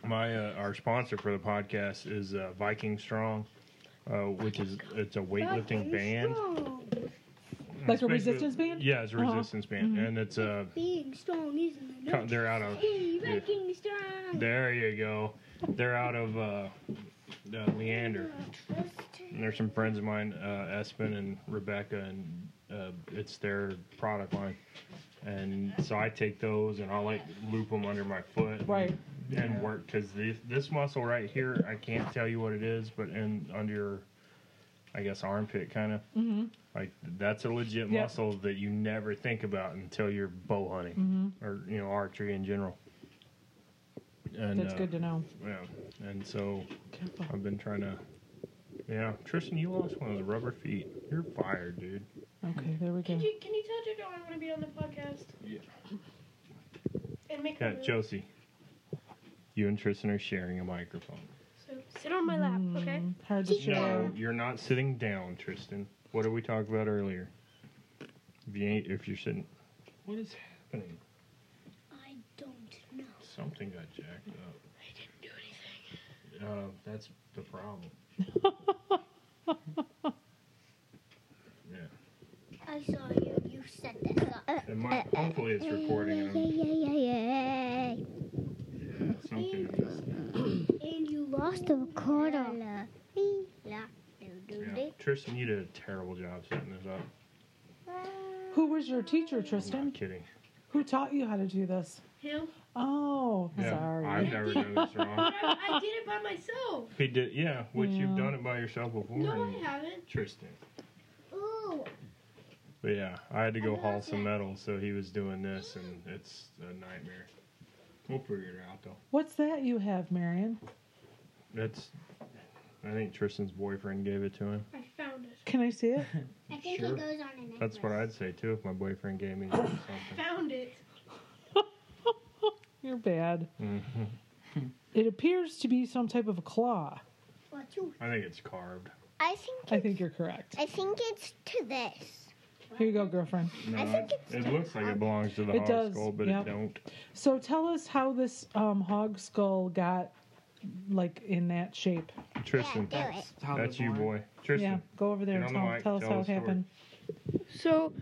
[SPEAKER 4] my uh, our sponsor for the podcast is uh, Viking Strong, uh, which is it's a weightlifting band.
[SPEAKER 5] Like a
[SPEAKER 4] It's basically-
[SPEAKER 5] resistance band?
[SPEAKER 4] Yeah, it's a
[SPEAKER 5] Uh-huh.
[SPEAKER 4] resistance band, and it's uh, a
[SPEAKER 2] Being strong isn't
[SPEAKER 4] co- they're out of
[SPEAKER 2] Being strong.
[SPEAKER 4] there you go, they're out of uh, uh, Leander. And there's some friends of mine, uh, Espen and Rebecca, and uh, it's their product line. And so I take those and I'll like loop them under my foot, and-
[SPEAKER 5] Right.
[SPEAKER 4] and work because this this muscle right here, I can't tell you what it is, but in under your, I guess armpit kind of
[SPEAKER 5] Mm-hmm.
[SPEAKER 4] like that's a legit
[SPEAKER 5] Yeah.
[SPEAKER 4] muscle that you never think about until you're bow hunting
[SPEAKER 5] Mm-hmm.
[SPEAKER 4] or you know archery in general. And,
[SPEAKER 5] That's
[SPEAKER 4] uh,
[SPEAKER 5] good to know.
[SPEAKER 4] Yeah, and so
[SPEAKER 5] Careful.
[SPEAKER 4] I've been trying to. Yeah, Tristan, you lost one of the rubber feet. You're fired, dude.
[SPEAKER 5] Okay, there we go.
[SPEAKER 3] Can you, can you tell Jojo I want to be on the podcast?
[SPEAKER 4] Yeah.
[SPEAKER 3] And make her
[SPEAKER 4] Yeah,
[SPEAKER 3] move.
[SPEAKER 4] Josie. You and Tristan are sharing a microphone.
[SPEAKER 3] So sit on my lap, okay?
[SPEAKER 5] Mm, Hard to
[SPEAKER 4] No,
[SPEAKER 5] share.
[SPEAKER 4] you're not sitting down, Tristan. What did we talk about earlier? If you ain't, if you're sitting, what is happening?
[SPEAKER 2] I don't know.
[SPEAKER 4] Something got jacked up. I didn't do anything. Uh, that's the problem. yeah,
[SPEAKER 2] I saw you. You set this up.
[SPEAKER 4] it might, hopefully it's recording.
[SPEAKER 8] Yeah,
[SPEAKER 4] um,
[SPEAKER 8] yeah, yeah, yeah.
[SPEAKER 4] Yeah, something. is-
[SPEAKER 2] And you
[SPEAKER 8] Lost the recorder.
[SPEAKER 4] Yeah. Tristan, you did a terrible job setting this up.
[SPEAKER 5] Who was your teacher,
[SPEAKER 4] I'm not
[SPEAKER 5] Tristan?
[SPEAKER 4] kidding.
[SPEAKER 5] Who taught you how to do this?
[SPEAKER 3] Him?
[SPEAKER 5] Oh,
[SPEAKER 4] I've
[SPEAKER 5] sorry.
[SPEAKER 4] never done this wrong.
[SPEAKER 3] But I, I did it by myself.
[SPEAKER 4] He did, yeah. Which you've
[SPEAKER 5] Yeah.
[SPEAKER 4] done it by yourself before.
[SPEAKER 3] No, I
[SPEAKER 4] and-
[SPEAKER 3] haven't.
[SPEAKER 4] Tristan.
[SPEAKER 2] Ooh.
[SPEAKER 4] But yeah, I had to go haul some metal, so he was doing this, and it's a nightmare. We'll figure it out though.
[SPEAKER 5] What's that you have, Marion?
[SPEAKER 4] That's, I think Tristan's boyfriend gave it to him.
[SPEAKER 3] I found it.
[SPEAKER 5] Can I see it?
[SPEAKER 2] I think
[SPEAKER 4] Sure.
[SPEAKER 2] it goes on an
[SPEAKER 4] That's what I'd say too if my boyfriend gave me something.
[SPEAKER 3] Found it.
[SPEAKER 5] You're bad.
[SPEAKER 4] Mhm.
[SPEAKER 5] It appears to be some type of a claw.
[SPEAKER 4] I think it's carved.
[SPEAKER 8] I think
[SPEAKER 5] I think you're correct.
[SPEAKER 8] I think it's to this.
[SPEAKER 5] Here you go, girlfriend.
[SPEAKER 4] No,
[SPEAKER 8] I think
[SPEAKER 4] it, it looks like it belongs to the
[SPEAKER 5] It
[SPEAKER 4] hog
[SPEAKER 5] does,
[SPEAKER 4] skull, but
[SPEAKER 5] yep.
[SPEAKER 4] it don't.
[SPEAKER 5] So tell us how this um, hog skull got like in that shape.
[SPEAKER 4] Tristan,
[SPEAKER 8] Yeah, do it.
[SPEAKER 6] How
[SPEAKER 4] that's
[SPEAKER 6] they're
[SPEAKER 4] you,
[SPEAKER 6] born.
[SPEAKER 4] boy. Tristan,
[SPEAKER 5] Yeah, go over there
[SPEAKER 4] Get
[SPEAKER 5] and
[SPEAKER 4] on the
[SPEAKER 5] tell,
[SPEAKER 4] mic,
[SPEAKER 5] tell us
[SPEAKER 4] tell
[SPEAKER 5] how
[SPEAKER 4] the
[SPEAKER 5] it
[SPEAKER 4] story.
[SPEAKER 5] happened.
[SPEAKER 3] So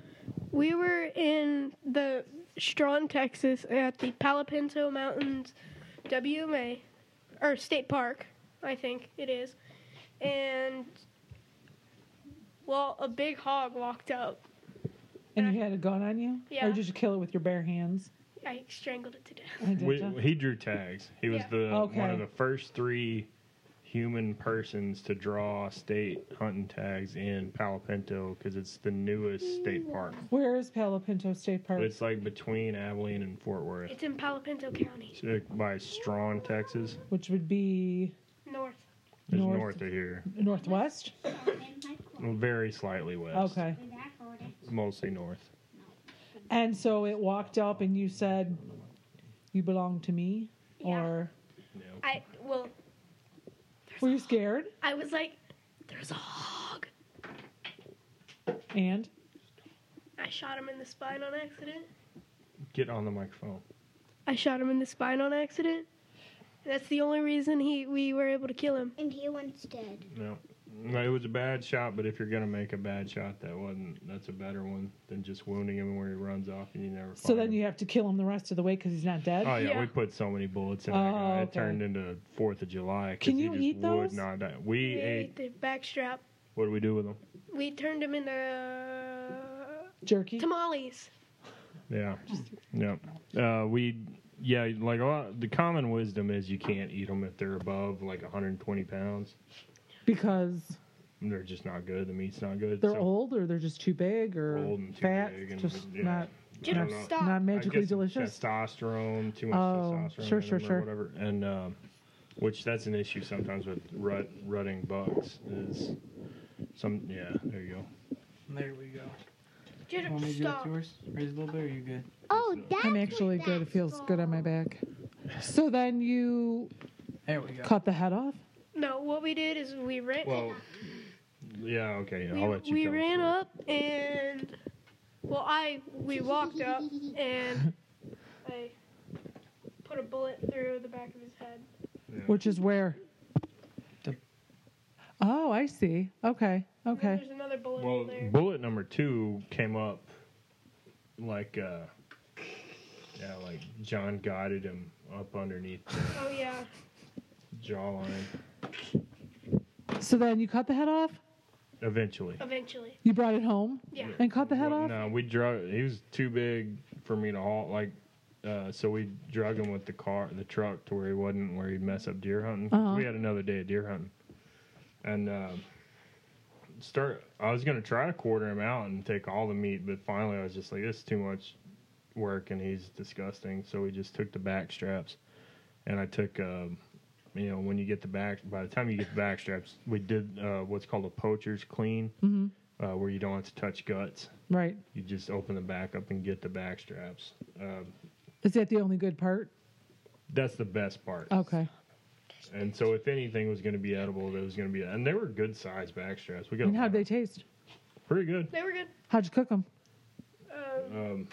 [SPEAKER 3] we were in the Strawn, Texas at the Palo Pinto Mountains WMA or state park, I think it is. And well, a big hog walked up.
[SPEAKER 5] And you had a gun on you?
[SPEAKER 3] Yeah.
[SPEAKER 5] Or did you kill it with your bare hands?
[SPEAKER 3] I strangled it to death.
[SPEAKER 5] I did
[SPEAKER 4] we,
[SPEAKER 5] ya?
[SPEAKER 4] he drew tags. He was
[SPEAKER 3] Yeah.
[SPEAKER 4] the one
[SPEAKER 5] Okay.
[SPEAKER 4] of the first three human persons to draw state hunting tags in Palo Pinto because it's the newest state park.
[SPEAKER 5] Where is Palo Pinto State Park?
[SPEAKER 4] It's like between Abilene and Fort Worth.
[SPEAKER 3] It's in Palo Pinto County,
[SPEAKER 4] It's, uh, by Strawn, Texas.
[SPEAKER 5] Which would be
[SPEAKER 3] north.
[SPEAKER 4] It's
[SPEAKER 5] North.
[SPEAKER 4] north. of here.
[SPEAKER 5] northwest?
[SPEAKER 4] Very slightly west.
[SPEAKER 5] Okay.
[SPEAKER 4] Mostly north.
[SPEAKER 5] And so it walked up and you said, You belong to me?
[SPEAKER 3] Yeah.
[SPEAKER 5] Or
[SPEAKER 3] I well,
[SPEAKER 5] were you scared?
[SPEAKER 3] I was like, there's a hog.
[SPEAKER 5] And
[SPEAKER 3] I shot him in the spine on accident.
[SPEAKER 4] Get on the microphone.
[SPEAKER 3] I shot him in the spine on accident. That's the only reason he we were able to kill him.
[SPEAKER 2] And he went dead.
[SPEAKER 4] No. It was a bad shot, but if you're gonna make a bad shot, that wasn't. That's a better one than just wounding him where he runs off and you never.
[SPEAKER 5] So
[SPEAKER 4] find
[SPEAKER 5] then
[SPEAKER 4] him.
[SPEAKER 5] you have to kill him the rest of the way because he's not dead.
[SPEAKER 4] Oh yeah,
[SPEAKER 3] Yeah.
[SPEAKER 4] we put so many bullets in
[SPEAKER 5] Oh,
[SPEAKER 4] that guy. It
[SPEAKER 5] okay.
[SPEAKER 4] turned into Fourth of July. 'cause
[SPEAKER 5] Can
[SPEAKER 4] he
[SPEAKER 5] you
[SPEAKER 4] just
[SPEAKER 5] eat
[SPEAKER 4] Would
[SPEAKER 5] those?
[SPEAKER 4] not die. We
[SPEAKER 3] We
[SPEAKER 4] ate.
[SPEAKER 3] ate the backstrap.
[SPEAKER 4] What do we do with them?
[SPEAKER 3] We turned him into uh,
[SPEAKER 5] Jerky.
[SPEAKER 3] tamales.
[SPEAKER 4] Yeah, yeah. Uh, we yeah, like a lot. The common wisdom is you can't eat them if they're above like 120 pounds.
[SPEAKER 5] Because
[SPEAKER 4] They're just not good. The meat's not good.
[SPEAKER 5] they're
[SPEAKER 4] so-
[SPEAKER 5] old or they're just too big or
[SPEAKER 4] Old and too
[SPEAKER 5] fat.
[SPEAKER 4] big and-
[SPEAKER 5] just
[SPEAKER 4] yeah.
[SPEAKER 5] not,
[SPEAKER 4] I don't
[SPEAKER 5] not,
[SPEAKER 4] know.
[SPEAKER 3] Stop.
[SPEAKER 5] not
[SPEAKER 4] I
[SPEAKER 5] magically
[SPEAKER 4] guess
[SPEAKER 5] delicious.
[SPEAKER 4] Testosterone, too much
[SPEAKER 5] Oh,
[SPEAKER 4] testosterone,
[SPEAKER 5] sure,
[SPEAKER 4] in
[SPEAKER 5] sure,
[SPEAKER 4] them or
[SPEAKER 5] sure.
[SPEAKER 4] whatever. And um, which that's an issue sometimes with rut rutting bucks is some. Yeah, there you go.
[SPEAKER 6] There we go.
[SPEAKER 3] Jacob,
[SPEAKER 6] Want me to do
[SPEAKER 3] stop.
[SPEAKER 6] it yours? Raise a little bit, or you good?
[SPEAKER 2] Oh, that's
[SPEAKER 5] I'm actually
[SPEAKER 2] what
[SPEAKER 5] good. It
[SPEAKER 2] that's
[SPEAKER 5] feels good on my
[SPEAKER 2] for.
[SPEAKER 5] back. So then you
[SPEAKER 6] There we go.
[SPEAKER 5] cut the head off.
[SPEAKER 3] No, what we did is we ran.
[SPEAKER 4] Well, yeah, okay.
[SPEAKER 3] we
[SPEAKER 4] I'll let you.
[SPEAKER 3] we
[SPEAKER 4] tell the
[SPEAKER 3] ran
[SPEAKER 4] story.
[SPEAKER 3] up and well, I we walked up and I put a bullet through the back of his head.
[SPEAKER 5] Which is where?
[SPEAKER 6] The-
[SPEAKER 5] Oh, I see. Okay.
[SPEAKER 3] And then
[SPEAKER 5] Okay.
[SPEAKER 3] There's another bullet
[SPEAKER 4] Well,
[SPEAKER 3] there.
[SPEAKER 4] bullet number two came up like, uh, yeah, like John guided him up underneath the
[SPEAKER 3] oh yeah.
[SPEAKER 4] jawline
[SPEAKER 5] So then you cut the head off.
[SPEAKER 4] eventually.
[SPEAKER 3] Eventually.
[SPEAKER 5] You brought it home
[SPEAKER 3] Yeah.
[SPEAKER 5] and cut the head
[SPEAKER 4] Well,
[SPEAKER 5] off.
[SPEAKER 4] No, we drug. He was too big for me to haul. Like, uh, so we drug him with the car, the truck, to where he wasn't where he'd mess up deer hunting. 'Cause
[SPEAKER 5] Uh-huh.
[SPEAKER 4] We had another day of deer hunting, and uh, start. I was gonna try to quarter him out and take all the meat, but finally I was just like, this is too much work, and he's disgusting. So we just took the back straps, and I took. um you know, when you get the back, by the time you get the back straps, we did uh, what's called a poacher's clean,
[SPEAKER 5] hmm
[SPEAKER 4] uh, where you don't have to touch guts
[SPEAKER 5] Right.
[SPEAKER 4] you just open the back up and get the back straps. Um,
[SPEAKER 5] Is that the only good part?
[SPEAKER 4] that's the best part.
[SPEAKER 5] Okay.
[SPEAKER 4] And so, if anything was going to be edible, that was going to be, and they were good sized back straps. We got
[SPEAKER 5] And
[SPEAKER 4] a
[SPEAKER 5] how'd
[SPEAKER 4] lot.
[SPEAKER 5] they taste?
[SPEAKER 4] pretty good.
[SPEAKER 3] They were good.
[SPEAKER 5] How'd you cook them?
[SPEAKER 3] Um,
[SPEAKER 4] Um,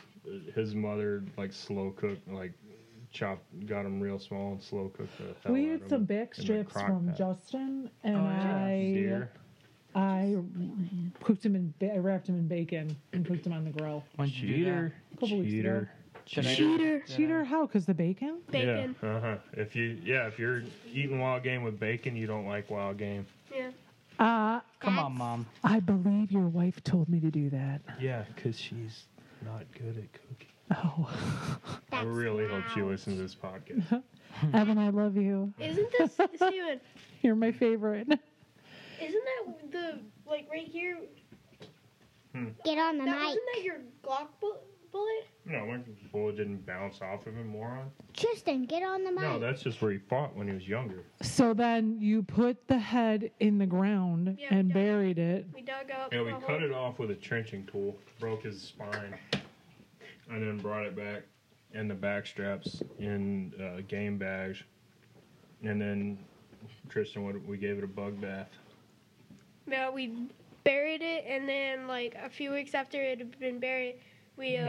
[SPEAKER 4] his mother like slow cooked, like chopped, got them real small and slow cooked the hell
[SPEAKER 5] we
[SPEAKER 4] out
[SPEAKER 5] had
[SPEAKER 4] of them
[SPEAKER 5] some back
[SPEAKER 4] in the
[SPEAKER 5] strips
[SPEAKER 4] crock
[SPEAKER 5] from
[SPEAKER 4] pot.
[SPEAKER 5] Justin, and
[SPEAKER 6] Oh, yeah.
[SPEAKER 5] I
[SPEAKER 4] deer.
[SPEAKER 5] I cooked them in ba- I wrapped them in bacon and cooked them on the grill.
[SPEAKER 6] When'd you do that?
[SPEAKER 5] A couple weeks ago.
[SPEAKER 4] Cheater.
[SPEAKER 6] Should I-
[SPEAKER 3] Cheater.
[SPEAKER 6] should I-
[SPEAKER 5] Cheater? How? Because the bacon?
[SPEAKER 3] Bacon.
[SPEAKER 4] Yeah. Uh huh. If you yeah, if you're eating wild game with bacon, you don't like wild game.
[SPEAKER 3] Yeah.
[SPEAKER 5] Uh,
[SPEAKER 6] Come on, mom.
[SPEAKER 5] I believe your wife told me to do that.
[SPEAKER 4] Yeah, because she's not good at cooking.
[SPEAKER 5] Oh,
[SPEAKER 4] I really hope she listens to this podcast.
[SPEAKER 5] Evan, I love you.
[SPEAKER 3] Isn't this Steven?
[SPEAKER 5] You're my favorite.
[SPEAKER 3] Isn't that the like right here?
[SPEAKER 2] Get on the
[SPEAKER 3] That
[SPEAKER 2] mic.
[SPEAKER 3] wasn't that your Glock bu- bullet?
[SPEAKER 4] No, my bullet didn't bounce off of him, moron.
[SPEAKER 2] Tristan, get on the mic.
[SPEAKER 4] No, that's just where he fought when he was younger.
[SPEAKER 5] So then you put the head in the ground
[SPEAKER 3] Yeah,
[SPEAKER 5] and
[SPEAKER 3] yeah.
[SPEAKER 5] buried it.
[SPEAKER 3] We dug up.
[SPEAKER 4] Yeah, we
[SPEAKER 3] a
[SPEAKER 4] cut
[SPEAKER 3] hole.
[SPEAKER 4] it off with a trenching tool, broke his spine, and then brought it back in the back straps in uh, game bags. And then Tristan, would, we gave it a bug bath.
[SPEAKER 3] No, we buried it, and then like a few weeks after it had been buried, we uh,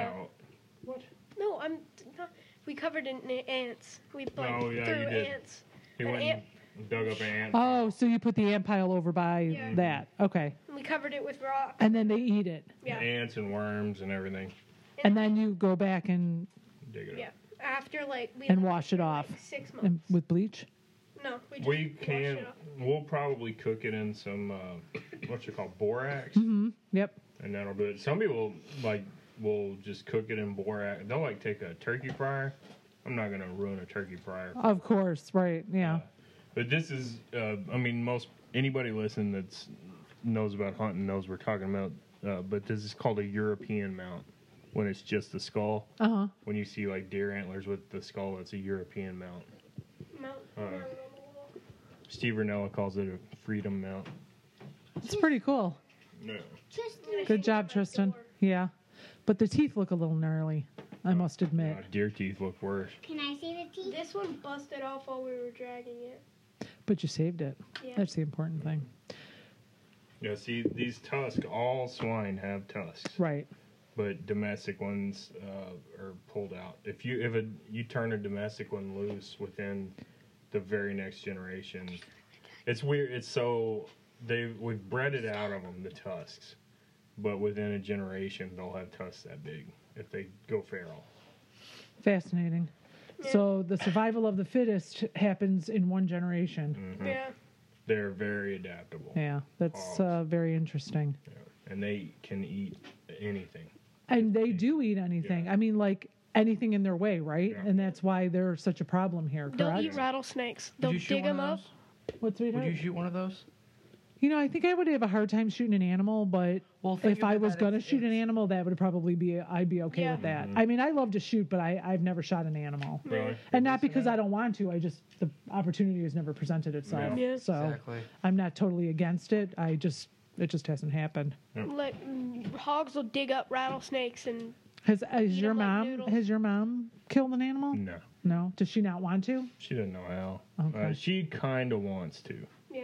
[SPEAKER 3] no.
[SPEAKER 4] No,
[SPEAKER 3] I'm not, we covered it in ants. We like
[SPEAKER 4] Oh, yeah,
[SPEAKER 3] threw
[SPEAKER 4] you did.
[SPEAKER 3] ants.
[SPEAKER 4] he
[SPEAKER 3] An
[SPEAKER 4] went and dug up an ant.
[SPEAKER 5] Oh, so you put the ant pile over by
[SPEAKER 3] Yeah.
[SPEAKER 5] that. Okay.
[SPEAKER 3] And we covered it with rock.
[SPEAKER 5] And then they eat it.
[SPEAKER 3] Yeah.
[SPEAKER 4] Ants and worms and everything.
[SPEAKER 5] And then you go back and,
[SPEAKER 4] Dig it
[SPEAKER 3] Yeah.
[SPEAKER 4] up.
[SPEAKER 3] After like we
[SPEAKER 5] And
[SPEAKER 3] left
[SPEAKER 5] wash it
[SPEAKER 3] for,
[SPEAKER 5] off.
[SPEAKER 3] Like, six months.
[SPEAKER 5] and with bleach.
[SPEAKER 3] no, we, just
[SPEAKER 4] We
[SPEAKER 3] washed
[SPEAKER 4] can.
[SPEAKER 3] it off.
[SPEAKER 4] We'll probably cook it in some uh, what's it called, borax.
[SPEAKER 5] hmm Yep.
[SPEAKER 4] and that'll do it. Some people like will just cook it in borax. They'll like take a turkey fryer. I'm not gonna ruin a turkey fryer,
[SPEAKER 5] Of course. Right. Yeah.
[SPEAKER 4] but this is. Uh, I mean, most anybody listening that's knows about hunting knows we're talking about. Uh, but this is called a European mount when it's just the skull.
[SPEAKER 5] Uh huh.
[SPEAKER 4] When you see like deer antlers with the skull, it's a European mount.
[SPEAKER 3] Mount-
[SPEAKER 4] Uh, Steve Renella calls it a freedom mount.
[SPEAKER 5] It's pretty cool.
[SPEAKER 4] No.
[SPEAKER 2] Tristan,
[SPEAKER 5] Good job, Tristan. Yeah. But the teeth look a little gnarly, I must admit.
[SPEAKER 4] Uh, deer teeth look worse.
[SPEAKER 2] can I see the teeth?
[SPEAKER 3] This one busted off while we were dragging it.
[SPEAKER 5] But you saved it.
[SPEAKER 3] Yeah.
[SPEAKER 5] That's the important thing.
[SPEAKER 4] Yeah, see, these tusks, all swine have tusks.
[SPEAKER 5] Right.
[SPEAKER 4] but domestic ones uh, are pulled out. If you if a, you turn a domestic one loose within the very next generation, it's weird. It's so they we've bred it out of them the tusks, but within a generation they'll have tusks that big if they go feral.
[SPEAKER 5] Fascinating. So the survival of the fittest happens in one generation.
[SPEAKER 4] Mhm.
[SPEAKER 3] Yeah.
[SPEAKER 4] They're very adaptable
[SPEAKER 5] Yeah, that's uh, very interesting.
[SPEAKER 4] and they can eat anything.
[SPEAKER 5] And they do eat anything.
[SPEAKER 4] Yeah.
[SPEAKER 5] I mean, like anything in their way, right?
[SPEAKER 4] Yeah.
[SPEAKER 5] And that's why they're such a problem here,
[SPEAKER 3] Don't
[SPEAKER 5] correct?
[SPEAKER 3] eat rattlesnakes.
[SPEAKER 6] Would
[SPEAKER 3] They'll
[SPEAKER 6] you shoot
[SPEAKER 3] dig
[SPEAKER 6] one
[SPEAKER 3] them up.
[SPEAKER 6] of those?
[SPEAKER 5] What's we
[SPEAKER 6] Would
[SPEAKER 5] you,
[SPEAKER 6] you shoot one of those?
[SPEAKER 5] know, I think I would have a hard time shooting an animal, but
[SPEAKER 6] Well, think
[SPEAKER 5] if I
[SPEAKER 6] about
[SPEAKER 5] was
[SPEAKER 6] it,
[SPEAKER 5] gonna
[SPEAKER 6] it's-
[SPEAKER 5] shoot an
[SPEAKER 6] it's-
[SPEAKER 5] animal, that would probably be I'd be okay
[SPEAKER 3] Yeah.
[SPEAKER 5] with that. I mean, I love to shoot, but I I've never shot an animal,
[SPEAKER 4] Really?
[SPEAKER 5] and not because I don't want to. I just the opportunity has never presented itself.
[SPEAKER 3] Yeah. Yeah.
[SPEAKER 5] So
[SPEAKER 6] Exactly.
[SPEAKER 5] I'm not totally against it. I just it just hasn't happened.
[SPEAKER 3] Like mm, hogs will dig up rattlesnakes and
[SPEAKER 5] Has has
[SPEAKER 3] Eat
[SPEAKER 5] your
[SPEAKER 3] 'em like
[SPEAKER 5] mom
[SPEAKER 3] noodles.
[SPEAKER 5] has your mom killed an animal?
[SPEAKER 4] No,
[SPEAKER 5] No? Does she not want to?
[SPEAKER 4] she doesn't know how.
[SPEAKER 5] Okay.
[SPEAKER 4] Uh, she kind of wants to.
[SPEAKER 3] yeah.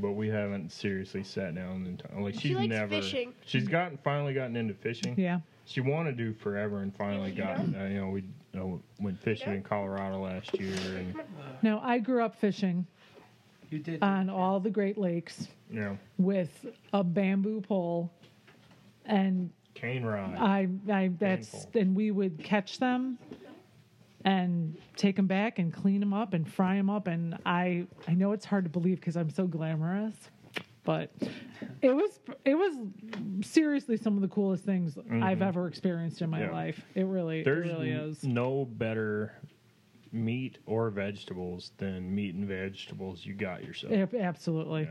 [SPEAKER 4] But we haven't seriously sat down and t- like she's
[SPEAKER 3] She likes
[SPEAKER 4] never.
[SPEAKER 3] fishing.
[SPEAKER 4] She's gotten finally gotten into fishing.
[SPEAKER 5] Yeah.
[SPEAKER 4] She wanted to forever and finally got. Uh, you know, we uh, went fishing in Colorado last year and
[SPEAKER 5] Now I grew up fishing
[SPEAKER 6] You did.
[SPEAKER 5] on all the Great Lakes
[SPEAKER 4] you know
[SPEAKER 5] with a bamboo pole and
[SPEAKER 4] cane rod.
[SPEAKER 5] I, I that's
[SPEAKER 4] Painful.
[SPEAKER 5] and we would catch them and take them back and clean them up and fry them up and I I know it's hard to believe because I'm so glamorous, but it was it was seriously some of the coolest things I've ever experienced in my
[SPEAKER 4] Mm-hmm. Yeah.
[SPEAKER 5] life. It really
[SPEAKER 4] There's
[SPEAKER 5] it really
[SPEAKER 4] n-
[SPEAKER 5] is.
[SPEAKER 4] no better meat or vegetables than meat and vegetables you got yourself.
[SPEAKER 5] Ab- absolutely.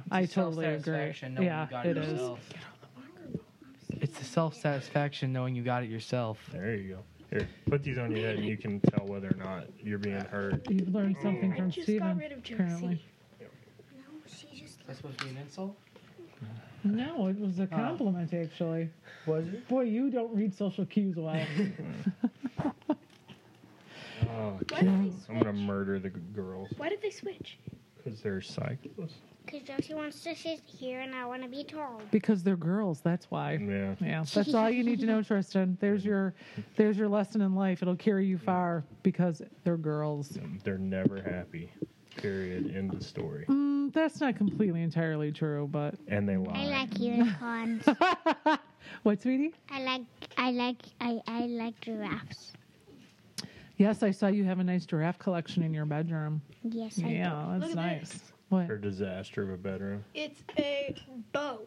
[SPEAKER 4] Yeah.
[SPEAKER 5] I totally agree.
[SPEAKER 6] Self-satisfaction knowing
[SPEAKER 5] Yeah,
[SPEAKER 6] you got
[SPEAKER 5] it
[SPEAKER 6] it
[SPEAKER 5] is.
[SPEAKER 6] yourself. It's the self satisfaction knowing you got it yourself.
[SPEAKER 4] There you go. Here, put these on your head, and you can tell whether or not you're being hurt.
[SPEAKER 5] You learned something from
[SPEAKER 3] just got
[SPEAKER 5] Steven,
[SPEAKER 3] rid of Josie.
[SPEAKER 5] apparently.
[SPEAKER 9] She just
[SPEAKER 6] That's supposed to be an insult?
[SPEAKER 5] No, it was a
[SPEAKER 3] Oh.
[SPEAKER 5] compliment, actually.
[SPEAKER 6] Was it?
[SPEAKER 5] Boy, you don't read social cues well.
[SPEAKER 4] Oh,
[SPEAKER 3] Why did they
[SPEAKER 4] I'm gonna
[SPEAKER 3] switch?
[SPEAKER 4] murder the g- girls
[SPEAKER 3] Why did they switch?
[SPEAKER 4] because they're psychos.
[SPEAKER 9] because Josie wants to sit here and I want to be told.
[SPEAKER 5] because they're girls, that's why.
[SPEAKER 4] Yeah.
[SPEAKER 5] Yeah, that's all you need to know, Tristan. There's your, there's your lesson in life. It'll carry you far because they're girls.
[SPEAKER 4] They're never happy. Period. End of story.
[SPEAKER 5] Mm, that's not completely entirely true, but
[SPEAKER 4] And they
[SPEAKER 2] I
[SPEAKER 4] lie.
[SPEAKER 2] like unicorns.
[SPEAKER 5] what, sweetie?
[SPEAKER 2] I like I like I, I like giraffes.
[SPEAKER 5] Yes, I saw you have a nice giraffe collection in your bedroom.
[SPEAKER 2] Yes, I do.
[SPEAKER 5] Yeah, that's
[SPEAKER 3] Look at
[SPEAKER 5] nice.
[SPEAKER 3] this.
[SPEAKER 5] What?
[SPEAKER 4] Or disaster of a bedroom.
[SPEAKER 3] It's a bow.